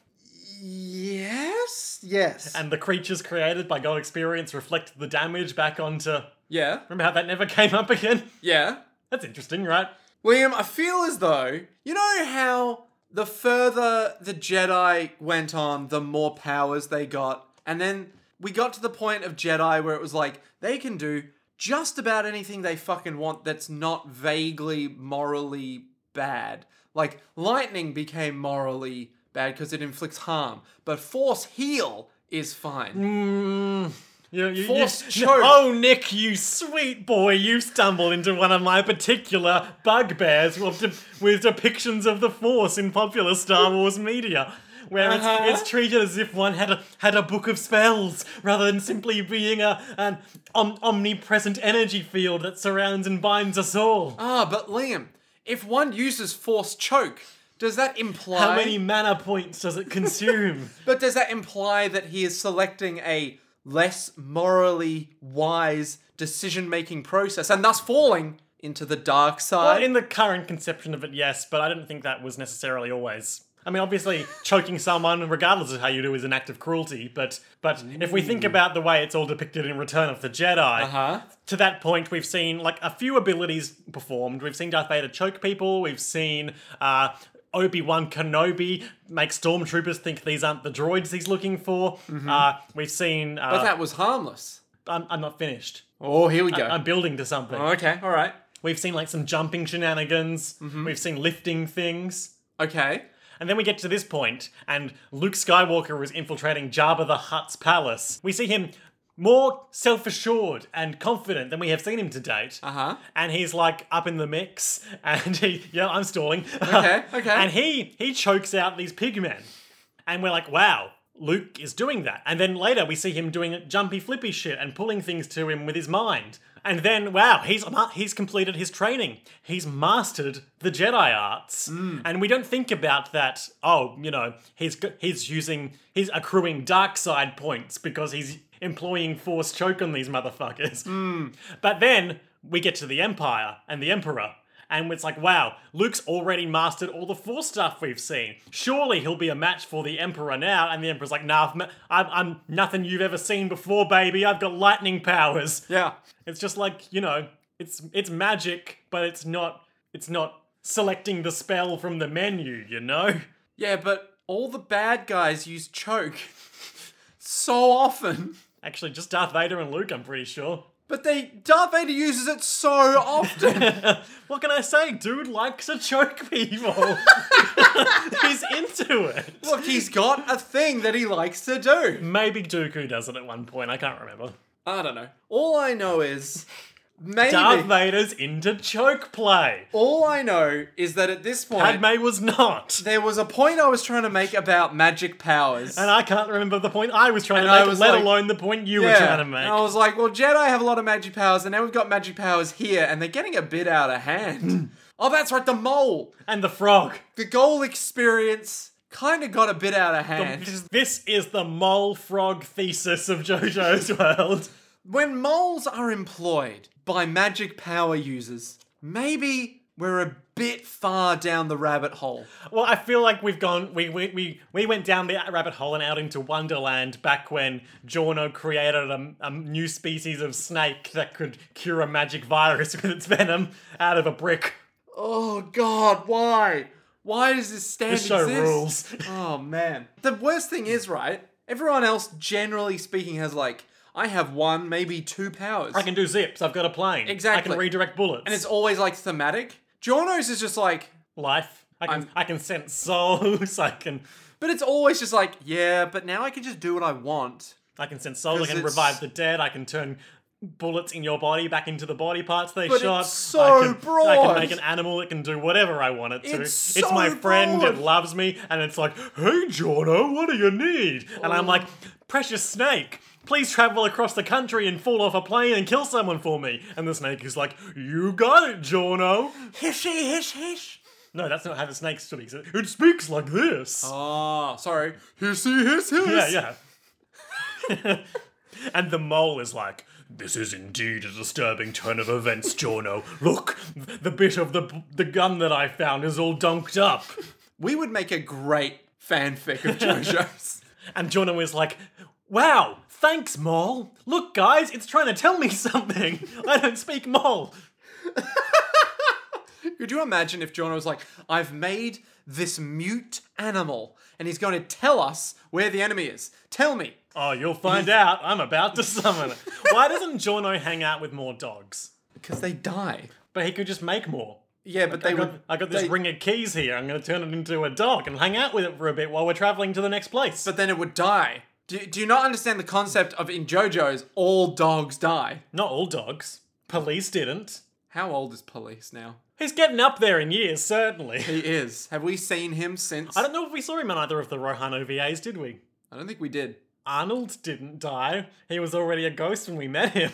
S2: Yes. Yes.
S1: And the creatures created by God Experience reflected the damage back onto.
S2: yeah.
S1: Remember how that never came up again?
S2: Yeah.
S1: That's interesting, right?
S2: William, I feel as though you know how the further the Jedi went on, the more powers they got, and then we got to the point of Jedi where it was like they can do just about anything they fucking want that's not vaguely morally bad. Like lightning became morally bad because it inflicts harm, but force heal is
S1: Mm.
S2: fine.
S1: You, you,
S2: Force
S1: you,
S2: choke.
S1: Oh, Nick, you sweet boy, you stumbled into one of my particular bugbears with, de- with depictions of the Force in popular Star Wars media. Where
S2: Uh-huh.
S1: it's, it's treated as if one had a had a book of spells rather than simply being a an om- omnipresent energy field that surrounds and binds us all.
S2: Ah, but Liam, if one uses force choke, does that imply
S1: How many mana points does it consume?
S2: But does that imply that he is selecting a less morally wise decision making process and thus falling into the dark
S1: Well,
S2: side?
S1: Uh, in the current conception of it, yes, but I didn't think that was necessarily always. I mean, obviously, choking someone, regardless of how you do, is an act of cruelty. But but if we think about the way it's all depicted in Return of the Jedi,
S2: huh?
S1: to that point, we've seen like a few abilities performed. We've seen Darth Vader choke people. We've seen uh, Obi Wan Kenobi make stormtroopers think these aren't the droids he's looking for. Uh, we've seen. Uh,
S2: But that was harmless.
S1: I'm, I'm not finished.
S2: Oh, here we go.
S1: I'm building to something.
S2: okay, all right.
S1: We've seen like some jumping shenanigans. We've seen lifting things.
S2: Okay.
S1: And then we get to this point, and Luke Skywalker is infiltrating Jabba the Hutt's palace. We see him more self assured and confident than we have seen him to date. Uh
S2: Uh-huh.
S1: And he's like up in the mix, and he, yeah, I'm stalling.
S2: Okay, okay.
S1: And he he chokes out these pigmen, and we're like, wow. Luke is doing that. And then later we see him doing jumpy flippy shit and pulling things to him with his mind. And then wow, he's he's completed his training. He's mastered the Jedi arts.
S2: Mm.
S1: And we don't think about that, oh, you know, he's g- he's using he's accruing dark side points because he's employing force choke on these motherfuckers. But then we get to the Empire and the Emperor. And it's like, wow, Luke's already mastered all the Force stuff we've seen. Surely he'll be a match for the Emperor now. And the Emperor's like, nah, I've ma- I'm, I'm nothing you've ever seen before, baby. I've got lightning powers.
S2: Yeah.
S1: It's just like, you know, it's it's magic, but it's not it's not selecting the spell from the menu, you know?
S2: Yeah, but all the bad guys use choke so often.
S1: Actually, just Darth Vader and Luke, I'm pretty sure.
S2: But they Darth Vader uses it so often.
S1: what can I say? Dude likes to choke people. He's into it.
S2: Look, he's got a thing that he likes to do.
S1: Maybe Dooku does it at one point. I can't remember.
S2: I don't know. All I know is maybe.
S1: Darth Vader's into choke play.
S2: all I know is that at this point,
S1: Padme was not.
S2: there was a point I was trying to make about magic powers.
S1: And I can't remember the point I was trying
S2: And
S1: to
S2: I
S1: make,
S2: was
S1: let
S2: like-
S1: alone the point you were trying to make.
S2: And I was like, well, Jedi have a lot of magic powers, and now we've got magic powers here, and they're getting a bit out of
S1: Hmm.
S2: hand. oh, that's right, the mole.
S1: and the frog.
S2: The goal experience kind of got a bit out of hand.
S1: This- This is the mole frog thesis of JoJo's world.
S2: when moles are employed by magic power users, maybe we're a bit far down the rabbit hole.
S1: Well, I feel like we've gone. We we we, we went down the rabbit hole and out into Wonderland back when Jorno created a, a new species of snake that could cure a magic virus with its venom out of a brick.
S2: Oh God, why? Why does this stand
S1: This show
S2: exist?
S1: rules.
S2: Oh man. The worst thing is, right? Everyone else, generally speaking, has like I have one, maybe two powers,
S1: I can do zips. I've got a plane. I
S2: Exactly.
S1: can redirect bullets.
S2: and it's always like thematic. Jornos is just like,
S1: life. I can
S2: I'm-
S1: i can sense souls. I can
S2: but it's always just like, yeah, but now I can just do what I want.
S1: I can sense souls. I
S2: 'Cause
S1: can
S2: it's-
S1: revive the dead. I can turn bullets in your body back into the body parts they
S2: But it's
S1: shot.
S2: so
S1: I can, I
S2: broad.
S1: can make an animal that can do whatever I want it to.
S2: It's
S1: it's
S2: so
S1: my friend.
S2: broad.
S1: It loves me, and it's like, hey, Jono, what do you need? And I'm like, precious snake. Please travel across the country and fall off a plane and kill someone for me. And the snake is like, You got it, Jono.
S2: Hishy, hish, hish.
S1: No, that's not how the snake speaks. It it speaks like this.
S2: Ah, sorry. Hiss, hiss, hiss.
S1: Yeah, yeah. and the mole is like, this is indeed a disturbing turn of events, Jorno. Look, the bit of the the gun that I found is all dunked up.
S2: We would make a great fanfic of JoJo's.
S1: And Jorno is like, wow, thanks, mole. Look, guys, it's trying to tell me something. I don't speak mole.
S2: Could you imagine if John was like, I've made this mute animal and he's going to tell us where the enemy is? Tell me.
S1: Oh, you'll find out. I'm about to summon it. Why doesn't Jorno hang out with more dogs?
S2: Because they die.
S1: But he could just make more.
S2: Yeah, but
S1: I
S2: they
S1: got,
S2: would.
S1: I got this
S2: they-
S1: ring of keys here. I'm going to turn it into a dog and hang out with it for a bit while we're traveling to the next place.
S2: But then it would die. Do, do you not understand the concept of in JoJo's, all dogs die?
S1: Not all dogs. Police didn't.
S2: How old is Police now?
S1: He's getting up there in years, certainly.
S2: He is. Have we seen him since?
S1: I don't know if we saw him in either of the Rohan OVAs, did we?
S2: I don't think we did.
S1: Arnold didn't die. He was already a ghost when we met him.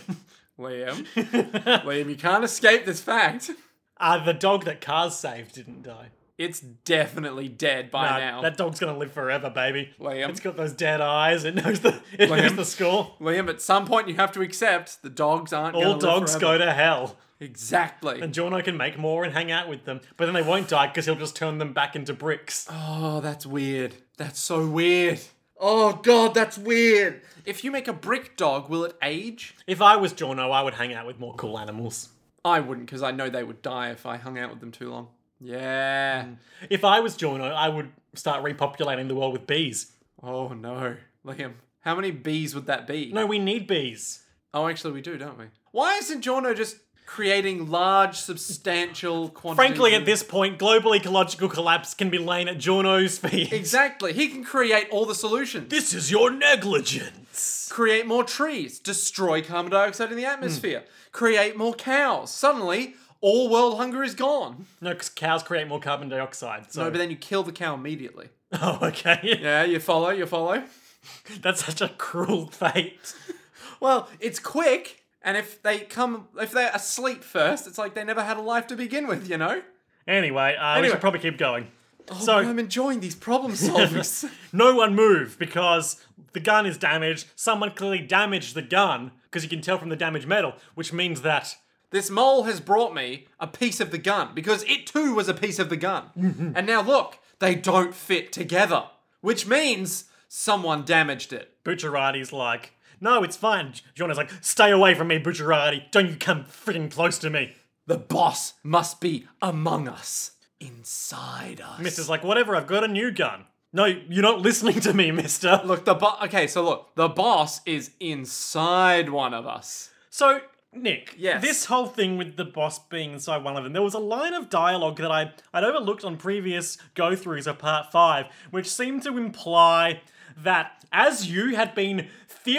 S2: Liam. Liam, you can't escape this fact.
S1: uh, the dog that Cars saved didn't die.
S2: It's definitely dead by
S1: Uh,
S2: now.
S1: That dog's gonna live forever, baby.
S2: Liam.
S1: It's got those dead eyes. It knows the it knows
S2: Liam.
S1: the score.
S2: Liam, at some point you have to accept the dogs aren't gonna
S1: All
S2: live
S1: dogs
S2: forever.
S1: go to hell.
S2: Exactly.
S1: And Jorno can make more and hang out with them, but then they won't die because he'll just turn them back into bricks.
S2: Oh, that's weird. That's so weird. Oh god, that's weird. If you make a brick dog, will it age?
S1: If I was Jorno, I would hang out with more cool animals.
S2: I wouldn't, because I know they would die if I hung out with them too long. Yeah.
S1: If I was Jorno, I would start repopulating the world with bees.
S2: Oh no, Liam. How many bees would that be?
S1: No, we need bees.
S2: Oh, actually, we do, don't we? Why isn't Jorno just creating large, substantial quantities?
S1: Frankly,
S2: of-
S1: at this point, global ecological collapse can be lain at Jorno's feet.
S2: exactly, he can create all the solutions.
S1: This is your negligence.
S2: create more trees, destroy carbon dioxide in
S1: Hmm.
S2: the atmosphere, create more cows. Suddenly, all world hunger is gone.
S1: No, because cows create more carbon dioxide. So.
S2: No, but then you kill the cow immediately.
S1: oh, okay.
S2: Yeah, you follow, you follow.
S1: That's such a cruel fate.
S2: Well, it's quick, and if they come, if they're asleep first, it's like they never had a life to begin with, you know?
S1: Anyway, uh, we
S2: Anyway.
S1: should probably keep going.
S2: Oh,
S1: So-
S2: I'm enjoying these problem solvers.
S1: No one move because the gun is damaged. Someone clearly damaged the gun because you can tell from the damaged metal, which means that
S2: this mole has brought me a piece of the gun because it too was a piece of the gun. And now look, they don't fit together, which means someone damaged it.
S1: Bucciarati's like, no, it's fine. Jono's like, stay away from me, Bucciarati. Don't you come freaking close to me.
S2: The boss must be among us, inside us.
S1: Mister's like, whatever, I've got a new gun. No, you're not listening to me, mister.
S2: Look, the boss. Okay, so look, the boss is inside one of us.
S1: So, Nick,
S2: Yes.
S1: this whole thing with the boss being inside one of them, there was a line of dialogue that I, I'd overlooked on previous go throughs of part five, which seemed to imply that as you had been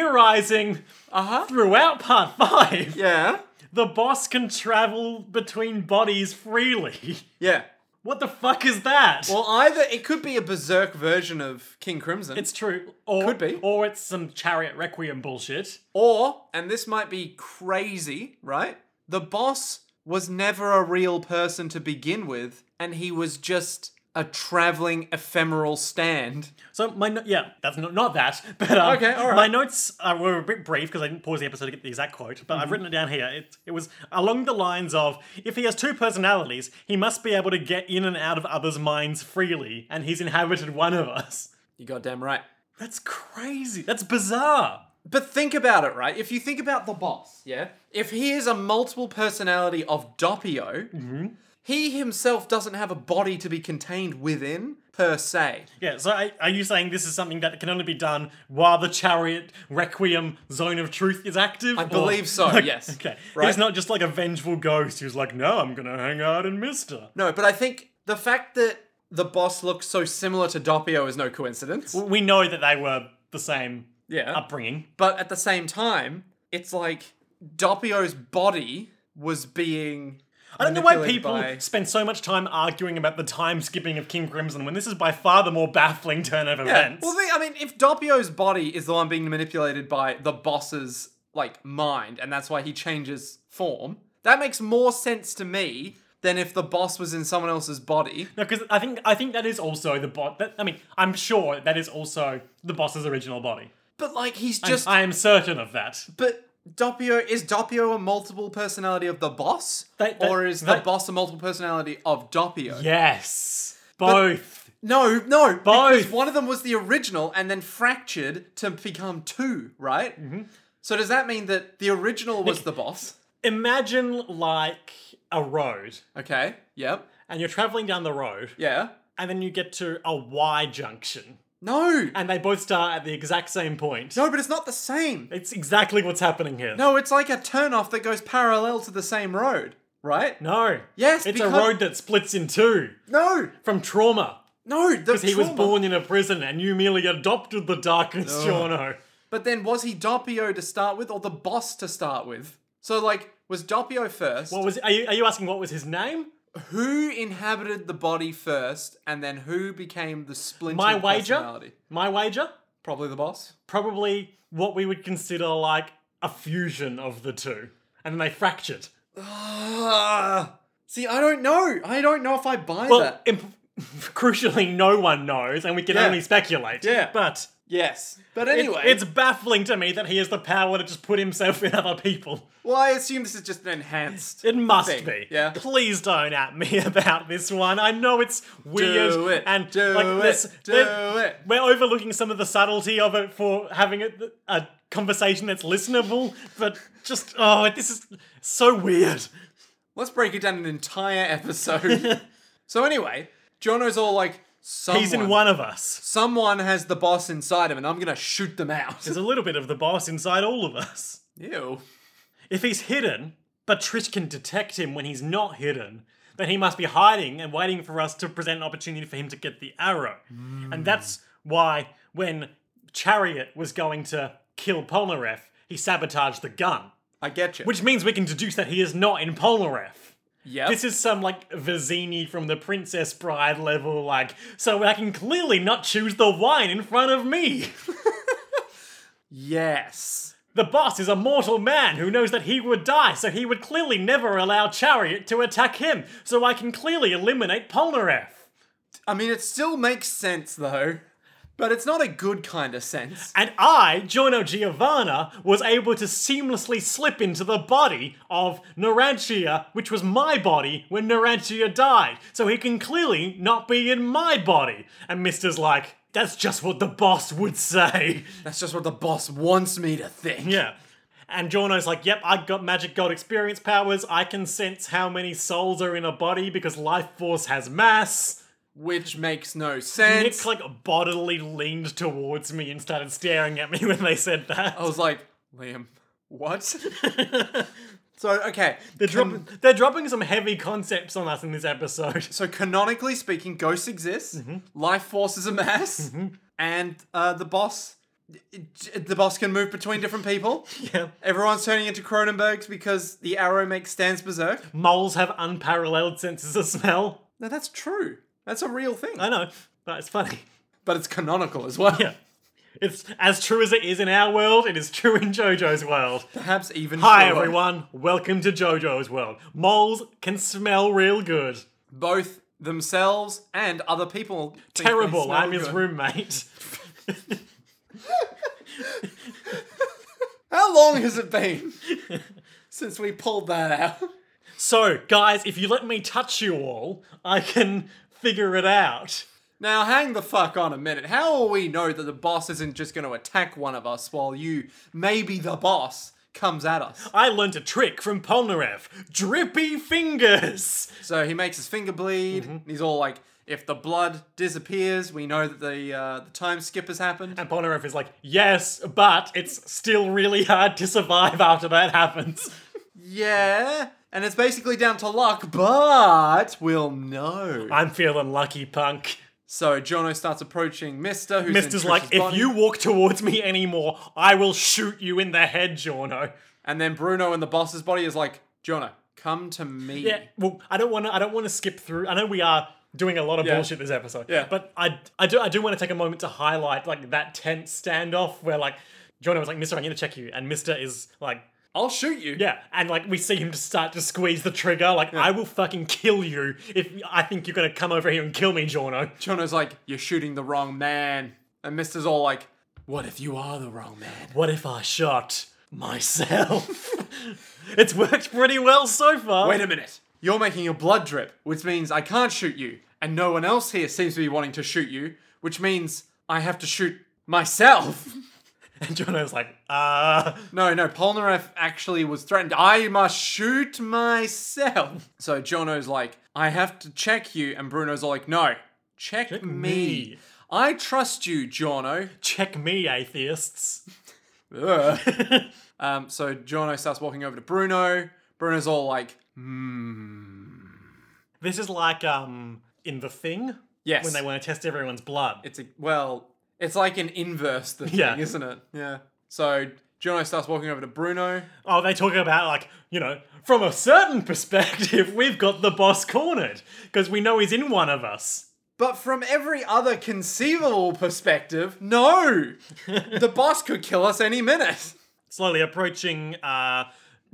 S1: theorizing
S2: Uh-huh.
S1: throughout part five,
S2: Yeah.
S1: the boss can travel between bodies freely.
S2: Yeah.
S1: What the fuck is that?
S2: Well, either it could be a berserk version of King Crimson,
S1: It's true. Or,
S2: Could be.
S1: Or it's some chariot requiem bullshit.
S2: or, and this might be crazy, right? The boss was never a real person to begin with, and he was just a traveling ephemeral stand.
S1: So my no- yeah, that's not not that. But um,
S2: Okay, all right.
S1: My notes uh, were a bit brief because I didn't pause the episode to get the exact quote, but
S2: Mm-hmm.
S1: I've written it down here. It it was along the lines of if he has two personalities, he must be able to get in and out of others' minds freely, and he's inhabited one of us.
S2: You goddamn right.
S1: That's crazy. That's bizarre.
S2: But think about it, right? If you think about the boss, yeah? If he is a multiple personality of Doppio,
S1: Mm-hmm.
S2: he himself doesn't have a body to be contained within, per se.
S1: Yeah. So I, are you saying this is something that can only be done while the chariot requiem zone of truth is active? I
S2: believe so, yes.
S1: Okay.
S2: Right?
S1: He's not just like a vengeful ghost who's like, no, I'm gonna hang out in Mister.
S2: No, but I think the fact that the boss looks so similar to Doppio is no coincidence.
S1: We know that they were the same
S2: yeah.
S1: upbringing.
S2: But at the same time, it's like Doppio's body was being.
S1: I don't know why
S2: manipulated
S1: people
S2: by-
S1: spend so much time arguing about the time skipping of King Crimson when this is by far the more baffling turn of
S2: Yeah,
S1: events.
S2: Well, they, I mean, if Doppio's body is the one being manipulated by the boss's like mind, and that's why he changes form, that makes more sense to me than if the boss was in someone else's body.
S1: No, because I think I think that is also the bot. That, I mean, I'm sure that is also the boss's original body.
S2: But like he's just
S1: I am certain of that.
S2: but Doppio is Doppio a multiple personality of the boss?
S1: They- they-
S2: or is
S1: they-
S2: the boss a multiple personality of Doppio?
S1: Yes, both.
S2: No, no, because
S1: Both.
S2: one of them was the original and then fractured to become two, right? Mm-hmm. So does that mean that the original was the boss?
S1: Imagine like a road,
S2: Okay. Yep.
S1: and you're traveling down the road,
S2: Yeah.
S1: and then you get to a Y junction,
S2: No.
S1: and they both start at the exact same point.
S2: No, but it's not the same.
S1: It's exactly what's happening here.
S2: No, it's like a turnoff that goes parallel to the same road, right?
S1: no.
S2: Yes,
S1: it's
S2: because-
S1: a road that splits in two
S2: No.
S1: from trauma.
S2: No. Because
S1: He was born in a prison, and you merely adopted the darkness,
S2: Ugh.
S1: Jono.
S2: But then was he Doppio to start with or the boss to start with? So like was Doppio first?
S1: What was? Are you, are you asking what was his name?
S2: who inhabited the body first and then who became the splintered
S1: My wager?
S2: personality?
S1: My wager,
S2: Probably the boss.
S1: probably what we would consider like a fusion of the two, and then they fractured.
S2: Ah. see, I don't know. I don't know if I buy
S1: Well,
S2: that.
S1: imp- crucially, no one knows, and we can
S2: Yeah.
S1: only speculate.
S2: Yeah.
S1: but
S2: Yes. But
S1: it-
S2: anyway,
S1: it's baffling to me that he has the power to just put himself in other people.
S2: well, I assume this is just an enhanced.
S1: It must
S2: Thing,
S1: be.
S2: yeah.
S1: Please don't at me about this one. I know it's weird
S2: Do it,
S1: and
S2: do
S1: like
S2: it,
S1: this.
S2: do
S1: we're,
S2: it.
S1: we're overlooking some of the subtlety of it for having a, a conversation that's listenable, but just oh, this is so weird.
S2: Let's break it down an entire episode. so anyway, Jono's all like, someone,
S1: He's in one of us.
S2: someone has the boss inside him, and I'm gonna shoot them out.
S1: There's a little bit of the boss inside all of us.
S2: Ew.
S1: If he's hidden, but Trish can detect him when he's not hidden, then he must be hiding and waiting for us to present an opportunity for him to get the arrow. And that's why when Chariot was going to kill Polnareff, he sabotaged the gun.
S2: I get you.
S1: Which means we can deduce that he is not in Polnareff.
S2: Yep.
S1: This is some like Vizzini from the Princess Bride level, like, so I can clearly not choose the wine in front of me.
S2: yes.
S1: The boss is a mortal man who knows that he would die, so he would clearly never allow Chariot to attack him, so I can clearly eliminate Polnareff.
S2: I mean, it still makes sense though, but it's not a good kind of sense.
S1: And I, Giorno Giovanna, was able to seamlessly slip into the body of Narantia, which was my body when Narantia died, so he can clearly not be in my body. And Mister's like, that's just what the boss would say.
S2: That's just what the boss wants me to think.
S1: Yeah. And Jorno's like, yep, I got magic god experience powers. I can sense how many souls are in a body because life force has mass.
S2: Which makes no
S1: Nick
S2: sense.
S1: like bodily leaned towards me and started staring at me when they said that.
S2: I was like, Liam, what? so okay,
S1: they're, dropping, they're dropping some heavy concepts on us in this episode.
S2: so canonically speaking, ghosts exist.
S1: Mm-hmm.
S2: Life force is a mass, and uh, the boss, the boss can move between different people.
S1: Yeah.
S2: Everyone's turning into Cronenbergs because the arrow makes stands berserk.
S1: Moles have unparalleled senses of smell.
S2: No, that's true. That's a real thing.
S1: I know, but it's funny.
S2: But it's canonical as well.
S1: Yeah. It's as true as it is in our world, it is true in JoJo's world.
S2: Perhaps even.
S1: Hi
S2: truer.
S1: everyone, welcome to JoJo's World. Moles can smell real good.
S2: Both themselves and other people. think they
S1: Terrible,
S2: smell
S1: I'm his
S2: good.
S1: roommate.
S2: How long has it been since we pulled that out?
S1: So, guys, if you let me touch you all, I can figure it out.
S2: Now, hang the fuck on a minute. How will we know that the boss isn't just going to attack one of us while you, maybe the boss, comes at us?
S1: I learnt a trick from Polnareff drippy fingers.
S2: So he makes his finger bleed. and
S1: Mm-hmm.
S2: He's all like, if the blood disappears, we know that the uh, the time skip has happened.
S1: And Polnareff is like, yes, but it's still really hard to survive after that happens.
S2: Yeah, and it's basically down to luck, but we'll know.
S1: I'm feeling lucky, punk.
S2: So Jono starts approaching Mister, who's in
S1: Mister's like,
S2: Trish's
S1: if
S2: body.
S1: you walk towards me anymore, I will shoot you in the head, Jorno.
S2: And then Bruno in the boss's body is like, Jonah, come to me.
S1: Yeah, well, I don't want to. I don't want to skip through. I know we are doing a lot of
S2: Yeah.
S1: bullshit this episode.
S2: Yeah.
S1: But I, I do, I do want to take a moment to highlight like that tense standoff where like Jonah was like, "Mister, I'm going to check you," and Mister is like,
S2: I'll shoot you.
S1: Yeah, and like we see him just start to squeeze the trigger, like I will fucking kill you if I think you're gonna come over here and kill me, Jorno.
S2: Chono's like, you're shooting the wrong man. And Mister's all like, what if you are the wrong man?
S1: What if I shot myself? it's worked pretty well so far.
S2: Wait a minute. You're making a blood drip, which means I can't shoot you. And no one else here seems to be wanting to shoot you, which means I have to shoot myself.
S1: and Jono's like, uh
S2: No, no, Polnareff actually was threatened. I must shoot myself. So Jono's like, I have to check you. And Bruno's all like, no, check, me.
S1: me.
S2: I trust you, Jono.
S1: check me, atheists.
S2: Ugh. um, so Jono starts walking over to Bruno. Bruno's all like,
S1: This is like um in the thing
S2: yes.
S1: when they want to test everyone's blood.
S2: It's a, well, it's like an inverse the
S1: Yeah.
S2: thing, isn't it? Yeah. So Jono starts walking over to Bruno.
S1: Oh, they talk about like, you know, from a certain perspective, we've got the boss cornered because we know he's in one of us.
S2: But from every other conceivable perspective, no! the boss could kill us any minute.
S1: Slowly approaching uh,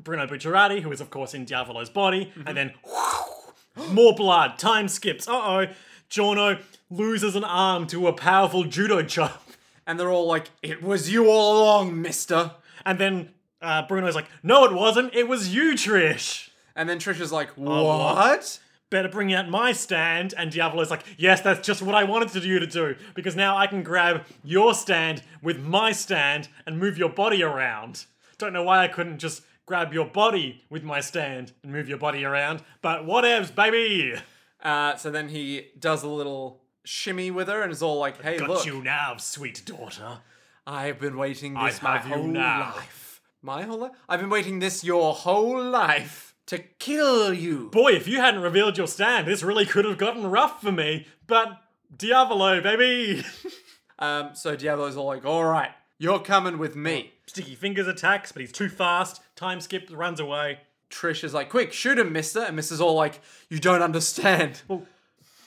S1: Bruno Bucciarati, who is of course in Diavolo's body, and then more blood, time skips. Uh oh, Giorno loses an arm to a powerful judo chop,
S2: And they're all like, it was you all along, mister.
S1: and then uh, Bruno's like, "No, it wasn't. It was you, Trish."
S2: And then Trisha's like, what?
S1: Uh, what? better bring out my stand. And Diavolo's like, yes, that's just what I wanted to you to do, because now I can grab your stand with my stand and move your body around. Don't know why I couldn't just grab your body with my stand and move your body around, but whatevs, baby!
S2: Uh, so then he does a little shimmy with her and is all like, hey,
S1: Got
S2: look,
S1: you now, sweet daughter.
S2: I've been waiting this
S1: I
S2: my
S1: have you
S2: whole
S1: now."
S2: life. My whole life? I've been waiting this your whole life to kill you.
S1: Boy, if you hadn't revealed your stand, this really could have gotten rough for me, but Diavolo, baby!
S2: Um, so Diablo's all like, all right, you're coming with me.
S1: Sticky Fingers attacks, but he's too fast, time skips, runs away.
S2: Trish is like, quick, shoot him, mister. And Mrs. All like, you don't understand.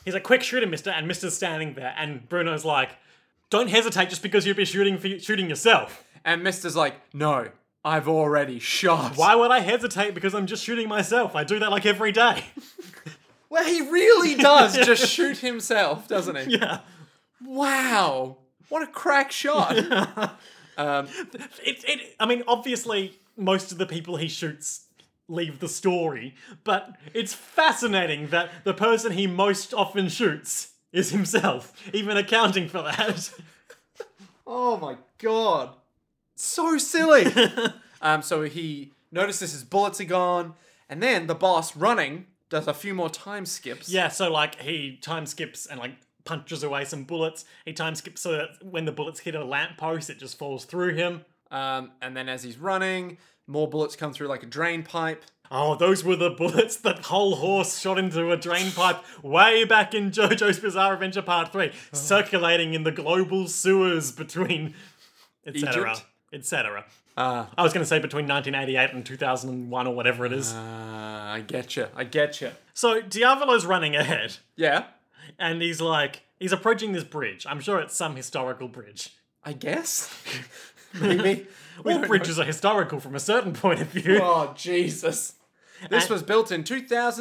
S1: He's like, quick, shoot him, mister. And mister's standing there. And Bruno's like, don't hesitate just because you'd be shooting for shooting yourself.
S2: And mister's like, no, I've already shot.
S1: Why would I hesitate because I'm just shooting myself? I do that like every day.
S2: Well, he really does just shoot himself, doesn't he?
S1: yeah.
S2: Wow. What a crack shot.
S1: It, it, I mean, obviously, most of the people he shoots leave the story, but it's fascinating that the person he most often shoots is himself, even accounting for that.
S2: oh my god. So silly. um, so he notices his bullets are gone. And then the boss running does a few more time skips.
S1: Yeah, so like he time skips and like punches away some bullets. He time skips so that when the bullets hit a lamppost, it just falls through him.
S2: Um, and then as he's running, more bullets come through like a drain pipe.
S1: Oh, those were the bullets that whole horse shot into a drain pipe way back in JoJo's Bizarre Adventure Part 3,
S2: Oh.
S1: circulating in the global sewers between etc.
S2: Egypt?
S1: etc.
S2: Ah.
S1: I was going to say between 1988 and 2001 or whatever it is.
S2: Uh, I get you. I get you.
S1: so Diavolo's running ahead
S2: Yeah.
S1: and he's like he's approaching this bridge. I'm sure it's some historical bridge.
S2: I guess. Maybe. We
S1: All
S2: don't
S1: bridges are historical from a certain point of view.
S2: know. Oh, Jesus. This was built in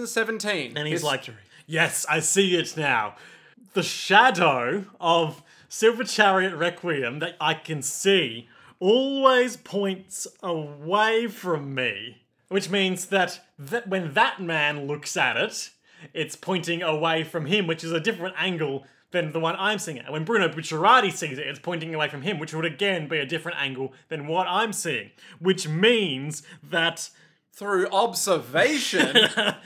S2: 2017.
S1: and he's like, Yes, I see it now. The shadow of Silver Chariot Requiem that I can see always points away from me. Which means that, that when that man looks at it, it's pointing away from him, which is a different angle than the one I'm seeing. And when Bruno Bucciarati sees it, it's pointing away from him, which would again be a different angle than what I'm seeing. Which means that
S2: through observation.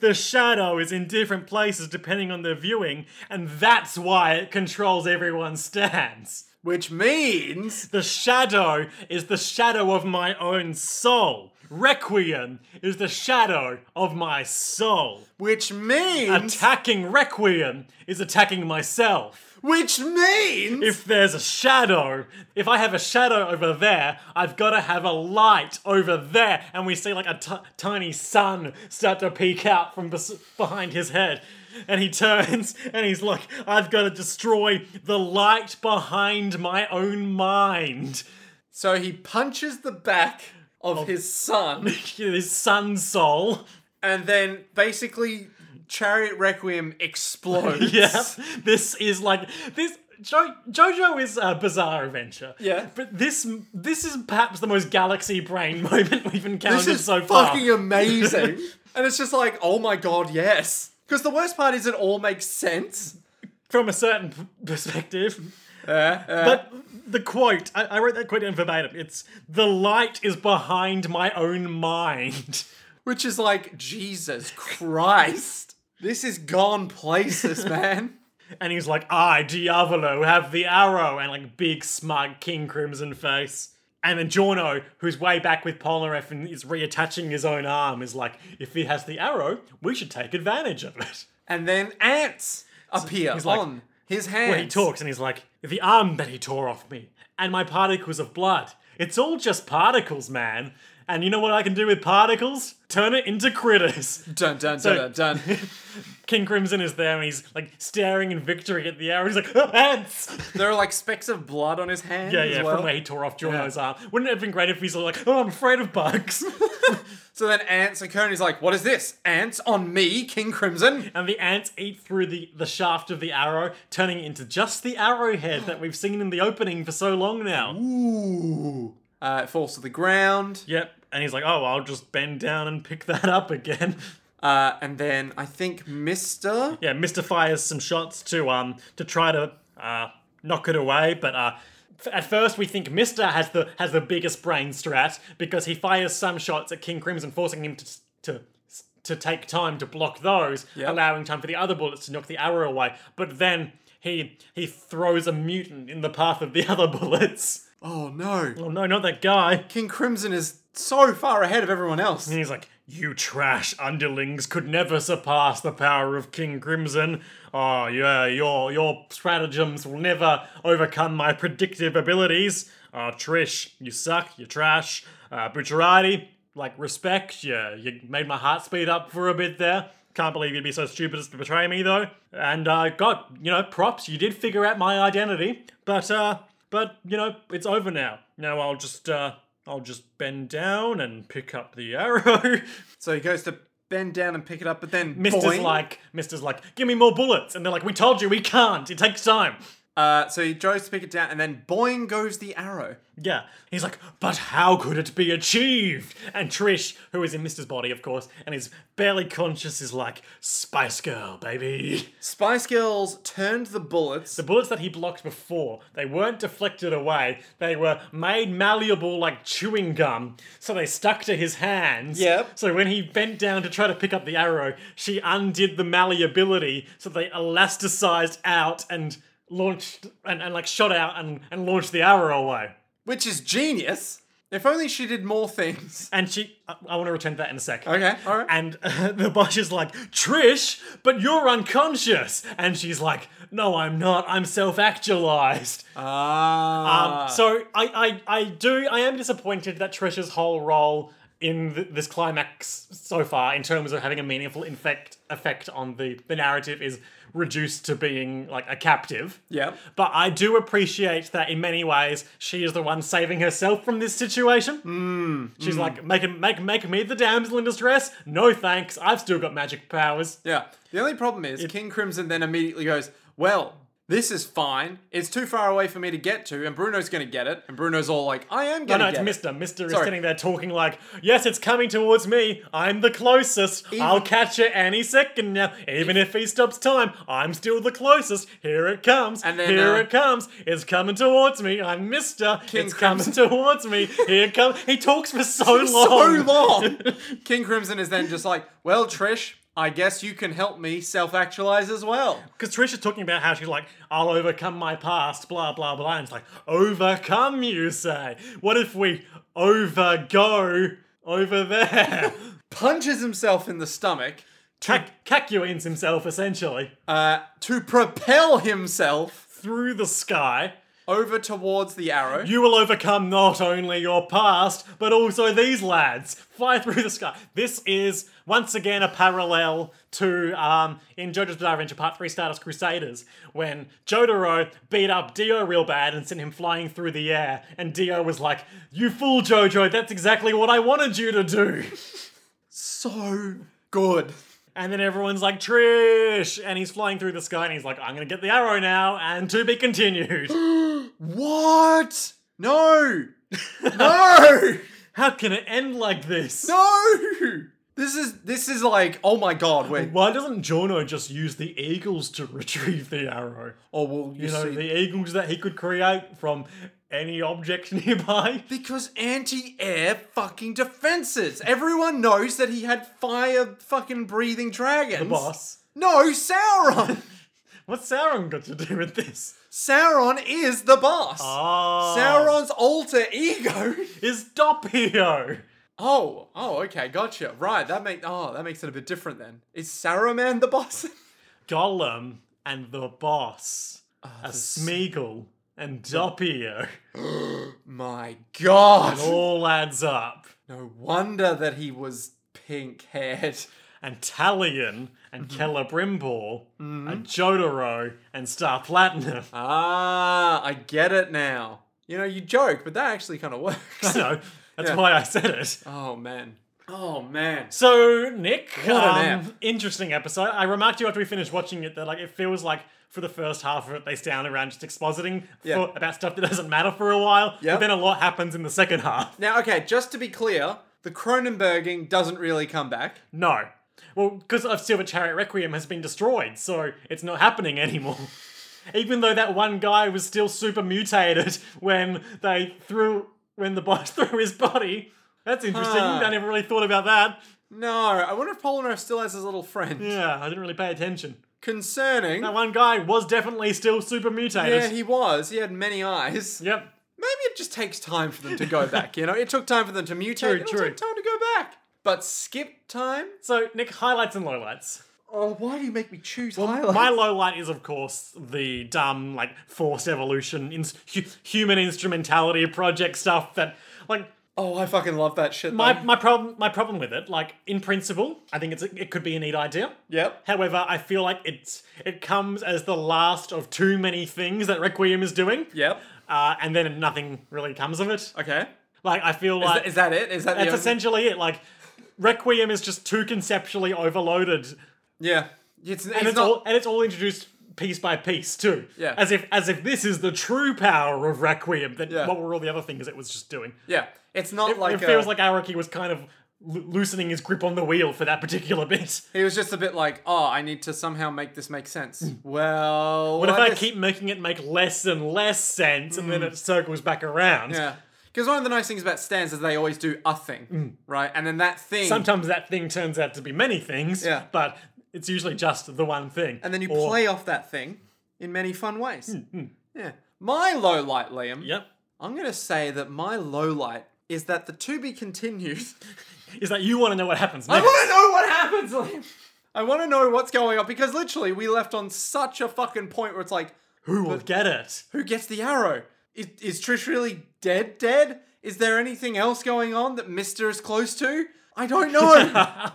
S1: the shadow is in different places depending on the viewing, and that's why it controls everyone's stance.
S2: Which means
S1: The shadow is the shadow of my own soul. Requiem is the shadow of my soul.
S2: which means
S1: Attacking Requiem is attacking myself.
S2: which means
S1: If there's a shadow, if I have a shadow over there, I've got to have a light over there. And we see like a t- tiny sun start to peek out from bes- behind his head. And he turns and he's like, I've got to destroy the light behind my own mind.
S2: so he punches the back of his son.
S1: his son's soul.
S2: and then basically Chariot Requiem explodes.
S1: Yeah, this is like this. Jo- Jojo is a bizarre adventure.
S2: Yeah.
S1: but this this is perhaps the most galaxy brain moment we've encountered
S2: This is
S1: so far.
S2: fucking amazing. and it's just like, oh my god, yes. Because the worst part is it all makes sense.
S1: From a certain p- perspective,
S2: Uh, uh,
S1: but the quote I, I wrote that quote in verbatim. It's the light is behind my own mind.
S2: which is like, Jesus Christ. This is gone places, man.
S1: And he's like, I, Diavolo, have the arrow, and like big smug King Crimson face. And then Jorno, who's way back with Polnareff and is reattaching his own arm, is like, if he has the arrow, we should take advantage of it.
S2: And then ants appear
S1: he's like-
S2: on his hands.
S1: He talks and he's like, the arm that he tore off me, and my particles of blood. It's all just particles, man. And you know what I can do with particles? Turn it into critters.
S2: Dun dun dun
S1: So-
S2: dun dun.
S1: King Crimson is there and he's like staring in victory at the arrow. He's like, "Oh, ants!
S2: there are like specks of blood on his hand.
S1: Yeah,
S2: as
S1: yeah,
S2: well.
S1: from where he tore off Jorno's arm. Wouldn't it have been great if he's all like, oh, I'm afraid of bugs?
S2: So then ants occur and he's like, what is this? Ants on me, King Crimson?
S1: and the ants eat through the, the shaft of the arrow, turning it into just the arrowhead that we've seen in the opening for so long now.
S2: Ooh. Uh, it falls to the ground.
S1: Yep. And he's like, oh, I'll just bend down and pick that up again.
S2: Uh, and then I think Mr.
S1: Yeah, Mr. fires some shots to um to try to uh knock it away, but uh f- at first we think Mr. has the has the biggest brain strat because he fires some shots at King Crimson, forcing him to s- to s- to take time to block those, allowing time for the other bullets to knock the arrow away. But then he he throws a mutant in the path of the other bullets.
S2: Oh no.
S1: Oh no, not that guy.
S2: King Crimson is so far ahead of everyone else.
S1: And he's like, You trash underlings could never surpass the power of King Crimson. Oh, yeah, your, your stratagems will never overcome my predictive abilities. Oh, Trish, you suck, you trash. Uh, Bucciarati, like, respect, you, you made my heart speed up for a bit there. Can't believe you'd be so stupid as to betray me, though. And, uh, God, you know, props, you did figure out my identity. But, uh, but, you know, it's over now. Now I'll just, uh, I'll just bend down and pick up the arrow.
S2: So he goes to bend down and pick it up, but then
S1: Mister's
S2: boing.
S1: like, Mister's like, give me more bullets. And they're like, we told you we can't. It takes time.
S2: Uh, so he goes to pick it down, and then boing goes the arrow.
S1: Yeah. He's like, but how could it be achieved? And Trish, who is in Mister's body, of course, and is barely conscious, is like, Spice Girl, baby.
S2: Spice Girls turned the bullets.
S1: The bullets that he blocked before, they weren't deflected away. They were made malleable like chewing gum, so they stuck to his hands.
S2: Yep.
S1: So when he bent down to try to pick up the arrow, she undid the malleability, so they elasticized out and launched and, and like shot out and, and launched the arrow away.
S2: which is genius. If only she did more things.
S1: And she, I, want to return to that in a sec.
S2: Okay, all right.
S1: And uh, the Bosch is like, Trish, but you're unconscious. And she's like, No, I'm not. I'm self actualized.
S2: Ah.
S1: Um, so I, I, I do I am disappointed that Trisha's whole role in th- this climax so far, in terms of having a meaningful effect effect on the the narrative, is reduced to being like a captive.
S2: Yep.
S1: But I do appreciate that in many ways she is the one saving herself from this situation. She's like, make make make me the damsel in distress. No thanks. I've still got magic powers.
S2: Yeah. The only problem is King Crimson then immediately goes, Well, this is fine. It's too far away for me to get to, and Bruno's gonna get it. And Bruno's all like, I am gonna
S1: No, it's
S2: get it.
S1: Mister. Mister is
S2: Sorry.
S1: sitting there talking like, "Yes, it's coming towards me. I'm the closest. I'll catch it any second now. Even if he stops time, I'm still the closest. Here it comes.
S2: And then,
S1: here
S2: uh,
S1: it comes. It's coming towards me. I'm Mister. It's
S2: Crimson.
S1: coming towards me. Here it comes. He talks for so long.
S2: So long. King Crimson is then just like, Well, Trish, I guess you can help me self actualize as well.
S1: Because Trisha's talking about how she's like, I'll overcome my past, blah, blah, blah. And it's like, overcome, you say? What if we overgo over there?
S2: Punches himself in the stomach
S1: Cac- Cacuins himself, essentially.
S2: uh, to propel himself
S1: through the sky
S2: over towards the arrow.
S1: You will overcome not only your past, but also these lads. Fly through the sky. This is once again a parallel to um, in JoJo's Bizarre Adventure Part 3 Stardust Crusaders, when Jotaro beat up Dio real bad and sent him flying through the air, and Dio was like, You fool, Jojo, that's exactly what I wanted you to do.
S2: so good.
S1: And then everyone's like, Trish! And he's flying through the sky and he's like, I'm gonna get the arrow now, and to be continued.
S2: What? No. No.
S1: How can it end like this?
S2: no. This is this is like oh my god wait
S1: Why doesn't Jono just use the eagles to retrieve the arrow?
S2: oh well you,
S1: You know,
S2: see
S1: the eagles that he could create from any object nearby?
S2: because anti-air fucking defenses everyone knows that he had fire fucking breathing dragons
S1: Boss.
S2: no Sauron
S1: What's Sauron got to do with this?
S2: Sauron is the boss Ah.
S1: Oh.
S2: Sauron's alter ego
S1: is Doppio.
S2: oh oh okay gotcha right that make oh that makes it a bit different then is Saruman the boss
S1: Gollum and the boss.
S2: Ah,
S1: a Smeagol and Doppio.
S2: my god
S1: All adds up.
S2: no wonder that he was pink haired
S1: and Talion and Celebrimbor and Jotaro and Star Platinum.
S2: ah I get it now you know you joke but that actually kind of works.
S1: so that's
S2: Yeah.
S1: why I said it.
S2: Oh man. Oh man.
S1: So Nick,
S2: an
S1: um, interesting episode. I remarked to you after we finished watching it that like it feels like for the first half of it they stand around just expositing
S2: Yeah.
S1: for, about stuff that doesn't matter for a while,
S2: Yep.
S1: but then a lot happens in the second half.
S2: Now, okay, just to be clear, the Cronenberging doesn't really come back.
S1: No. Well, because of Silver Chariot Requiem has been destroyed, so it's not happening anymore. Even though that one guy was still super mutated when they threw when the boss threw his body. That's interesting.
S2: Huh.
S1: I never really thought about that.
S2: No, I wonder if Polnareff still has his little friend.
S1: Yeah, I didn't really pay attention.
S2: Concerning.
S1: That one guy was definitely still super mutated.
S2: yeah, he was. He had many eyes.
S1: Yep.
S2: Maybe it just takes time for them to go back, you know? It took time for them to mutate.
S1: True,
S2: It'll
S1: true.
S2: take time to go back. But skip time?
S1: So Nick, highlights and lowlights.
S2: Oh, why do you make me choose highlights?
S1: My low light is, of course, the dumb, like, forced evolution, ins- hu- human instrumentality project stuff that, like,
S2: oh, I fucking love that shit.
S1: my,
S2: though.
S1: my problem my problem with it like in principle i think it's a, it could be a neat idea
S2: Yep.
S1: however i feel like it's it comes as the last of too many things that requiem is doing
S2: Yep.
S1: uh, and then nothing really comes of it
S2: Okay.
S1: like i feel like
S2: Is that it? Is that
S1: that's
S2: the only-
S1: essentially it like requiem is just too conceptually overloaded
S2: Yeah. It's, it's,
S1: and it's
S2: not
S1: all and it's all introduced piece by piece too
S2: Yeah.
S1: as if as if this is the true power of requiem that
S2: Yeah.
S1: what were all the other things it was just doing
S2: Yeah, it's not like uh,
S1: it feels
S2: a-
S1: like Araki was kind of lo- loosening his grip on the wheel for that particular bit.
S2: he was just a bit like, oh, I need to somehow make this make sense. well,
S1: But Mm. if I
S2: this-
S1: keep making it make less and less sense, and then it circles back around,
S2: yeah, because one of the nice things about stands is they always do a thing, right? And then that thing,
S1: Mm. sometimes that thing turns out to be many things,
S2: Yeah.
S1: but it's usually just the one thing.
S2: and then you
S1: Or- Mm,
S2: play off that thing in many fun ways. Yeah, my low light, Liam.
S1: Yep.
S2: I'm gonna say that my low light is that the to be continued.
S1: Is that you want to know what happens
S2: I
S1: next?
S2: want to know what happens, Liam. I want to know what's going on because literally we left on such a fucking point where it's like,
S1: Who will get it?
S2: Who gets the arrow? Is, is Trish really dead? Dead? Is there anything else going on that Mister is close to? I don't know.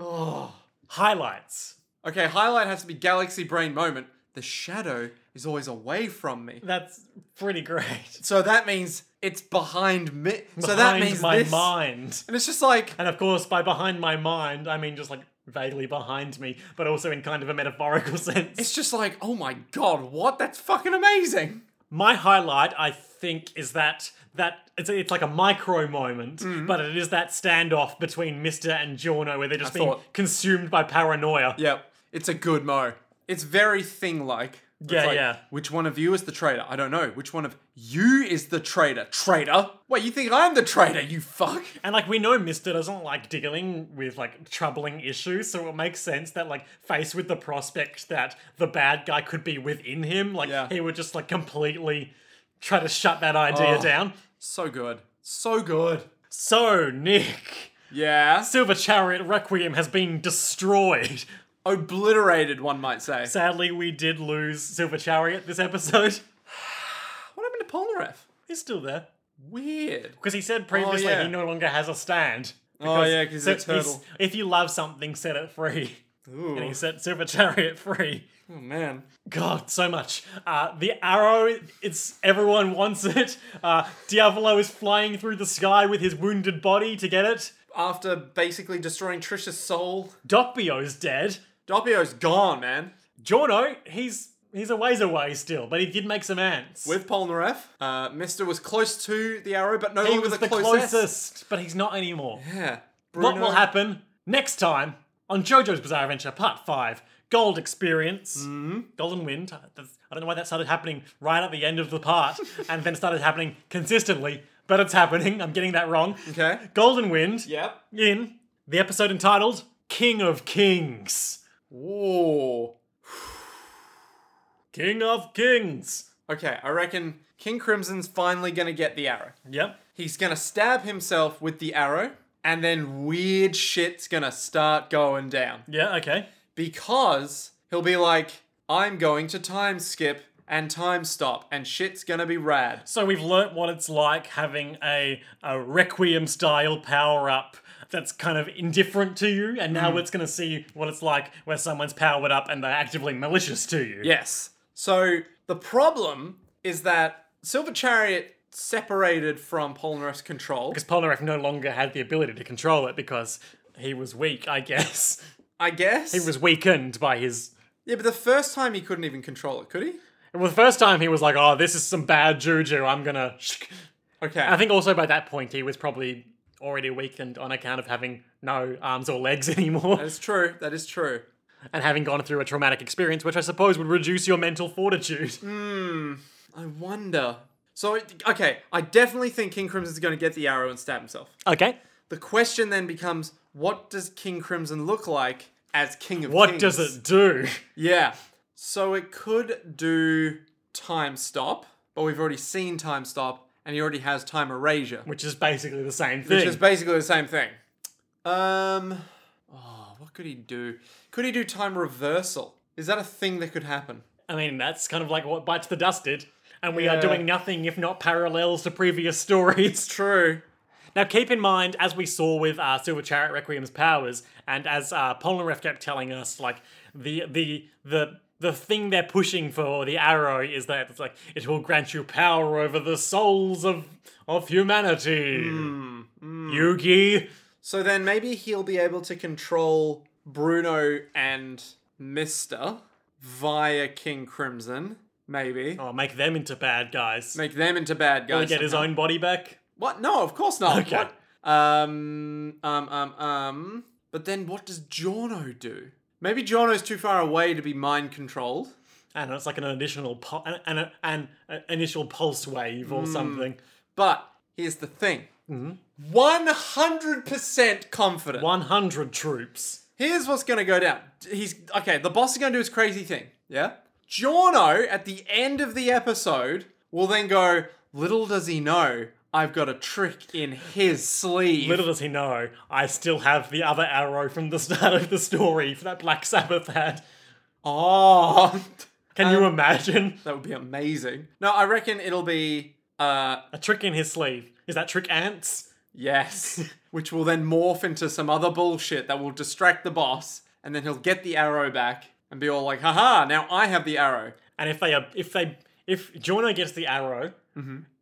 S1: Oh, Highlights.
S2: okay, highlight has to be Galaxy Brain moment. The shadow is always away from me,
S1: That's pretty great.
S2: so that means it's behind me. so that
S1: behind
S2: means
S1: my
S2: this,
S1: mind.
S2: and it's just like
S1: And of course, by behind my mind, I mean just like vaguely behind me, but also in kind of a metaphorical sense.
S2: it's just like oh my god, what? That's fucking amazing.
S1: My highlight, I think, is that that it's, it's like a micro moment,
S2: Mm-hmm.
S1: but it is that standoff between Mister and Giorno where they're just
S2: I
S1: being
S2: thought-
S1: consumed by paranoia.
S2: Yep, it's a good mo. It's very thing like.
S1: Yeah, yeah.
S2: Which one of you is the traitor? I don't know. Which one of you is the traitor? Traitor? Wait, you think I'm the traitor? You fuck.
S1: And like we know, Mister doesn't like dealing with like troubling issues, so it makes sense that like faced with the prospect that the bad guy could be within him, like
S2: Yeah.
S1: he would just like completely try to shut that idea
S2: Oh.
S1: down.
S2: So good. So good.
S1: So Nick,
S2: Yeah.
S1: Silver Chariot Requiem has been destroyed.
S2: Obliterated, one might say.
S1: Sadly, we did lose Silver Chariot this episode.
S2: What happened did Polnareff?
S1: He's still there.
S2: Weird.
S1: Because he said previously
S2: yeah.
S1: he no longer has a stand.
S2: Oh, yeah, 'cause
S1: so
S2: he's a turtle.
S1: he's- If you love something, set it free.
S2: Ooh.
S1: And he set Super Chariot free.
S2: Oh man.
S1: God, so much. Uh, the arrow, it's everyone wants it. Uh, Diavolo is flying through the sky with his wounded body to get it.
S2: After basically destroying Trisha's soul,
S1: Doppio's dead.
S2: Doppio's gone, man.
S1: Giorno, he's he's a ways away still, but he did make some ants.
S2: With Polnareff, uh, Mister was close to the arrow, but no
S1: he
S2: longer
S1: was the closest. but he's not anymore.
S2: Yeah.
S1: What
S2: Bruno-
S1: will happen next time on JoJo's Bizarre Adventure Part 5 Gold Experience? Golden Wind. That's- I don't know why that started happening right at the end of the part and then started happening consistently, but it's happening. I'm getting that wrong.
S2: Okay.
S1: Golden Wind
S2: Yep.
S1: in the episode entitled King of Kings.
S2: Whoa.
S1: King of Kings.
S2: Okay, I reckon King Crimson's finally gonna get the arrow.
S1: Yep.
S2: He's gonna stab himself with the arrow, and then weird shit's gonna start going down.
S1: Yeah, okay.
S2: Because he'll be like, I'm going to time skip and time stop, and shit's gonna be rad.
S1: So we've learnt what it's like having a, a Requiem style power up that's kind of indifferent to you, and now it's going to see what it's like where someone's powered up and they're actively malicious to you.
S2: Yes. So the problem is that Silver Chariot separated from Polnareff's control.
S1: Because Polnareff no longer had the ability to control it because he was weak, I guess.
S2: I guess.
S1: He was weakened by his.
S2: yeah, but the first time he couldn't even control it, could he?
S1: Well, the first time he was like, oh, this is some bad juju, I'm going to.
S2: Okay.
S1: I think also by that point he was probably already weakened on account of having no arms or legs anymore.
S2: that is true. That is true.
S1: and having gone through a traumatic experience, which I suppose would reduce your mental fortitude.
S2: Mm. I wonder. So, it- okay, I definitely think King Crimson's going to get the arrow and stab himself.
S1: Okay.
S2: The question then becomes what does King Crimson look like as King of
S1: What
S2: Kings?
S1: does it do?
S2: Yeah. So it could do time stop, but we've already seen time stop, and he already has time erasure,
S1: Which is basically the same thing.
S2: which is basically the same thing. Um, oh, what could he do? Could he do time reversal? Is that a thing that could happen?
S1: I mean, that's kind of like what Bites the Dust did. And we
S2: Yeah.
S1: are doing nothing if not parallels to previous stories.
S2: True.
S1: Now, keep in mind, as we saw with uh, Silver Chariot Requiem's powers, and as uh, Polnareff kept telling us, like the the the the thing they're pushing for the arrow is that it's like it will grant you power over the souls of of humanity.
S2: Hmm,
S1: Yugi,
S2: So then maybe he'll be able to control Bruno and Mister via King Crimson, maybe.
S1: oh, make them into bad guys.
S2: Make them into bad guys.
S1: Get his
S2: somehow.
S1: own body back.
S2: What? No, of course not.
S1: Okay.
S2: What? Um, um, um, um. But then what does Jorno do? Maybe Jorno's too far away to be mind controlled.
S1: And it's like an additional po- an, an, an, an initial pulse wave
S2: Hmm.
S1: or something.
S2: But here's the thing.
S1: Mm-hmm.
S2: 100% confident.
S1: 100 troops.
S2: Here's what's gonna go down. He's okay. The boss is gonna do his crazy thing. Yeah. Jorno at the end of the episode will then go. Little does he know, I've got a trick in his sleeve.
S1: Little does he know, I still have the other arrow from the start of the story for that Black Sabbath hat.
S2: Oh,
S1: Can you imagine?
S2: that would be amazing. No, I reckon it'll be uh
S1: A trick in his sleeve. Is that trick ants?
S2: yes, which will then morph into some other bullshit that will distract the boss, and then he'll get the arrow back and be all like, haha, now I have the arrow.
S1: And if they are, if they, if Jorno gets the arrow,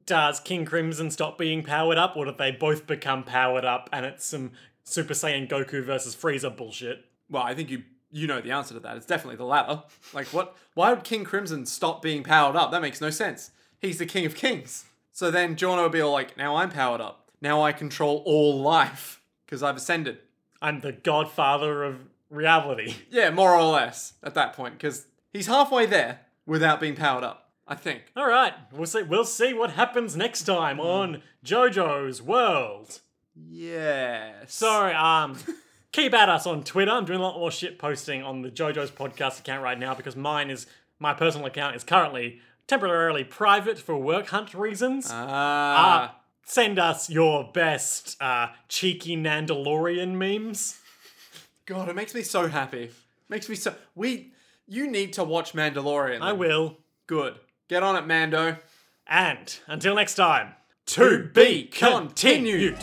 S1: does King Crimson stop being powered up, or do they both become powered up? And it's some Super Saiyan Goku versus Frieza bullshit.
S2: Well, I think you you know the answer to that. It's definitely the latter. Like what why would King Crimson stop being powered up? That makes no sense. He's the king of kings. So then Jorno would be all like, now I'm powered up. Now I control all life. Because I've ascended.
S1: I'm the Godfather of reality.
S2: Yeah, more or less at that point, because he's halfway there without being powered up, I think.
S1: All right, we'll see. We'll see what happens next time on JoJo's World.
S2: Yes.
S1: So, um, keep at us on Twitter. I'm doing a lot more shit posting on the JoJo's podcast account right now because mine is my personal account is currently temporarily private for work hunt reasons. Uh,
S2: Ah.
S1: Send us your best uh, cheeky Nandalorian memes.
S2: God, it makes me so happy. Makes me so. We. You need to watch Mandalorian.
S1: I will.
S2: Good. Get on it, Mando.
S3: And until next time,
S1: To be continued.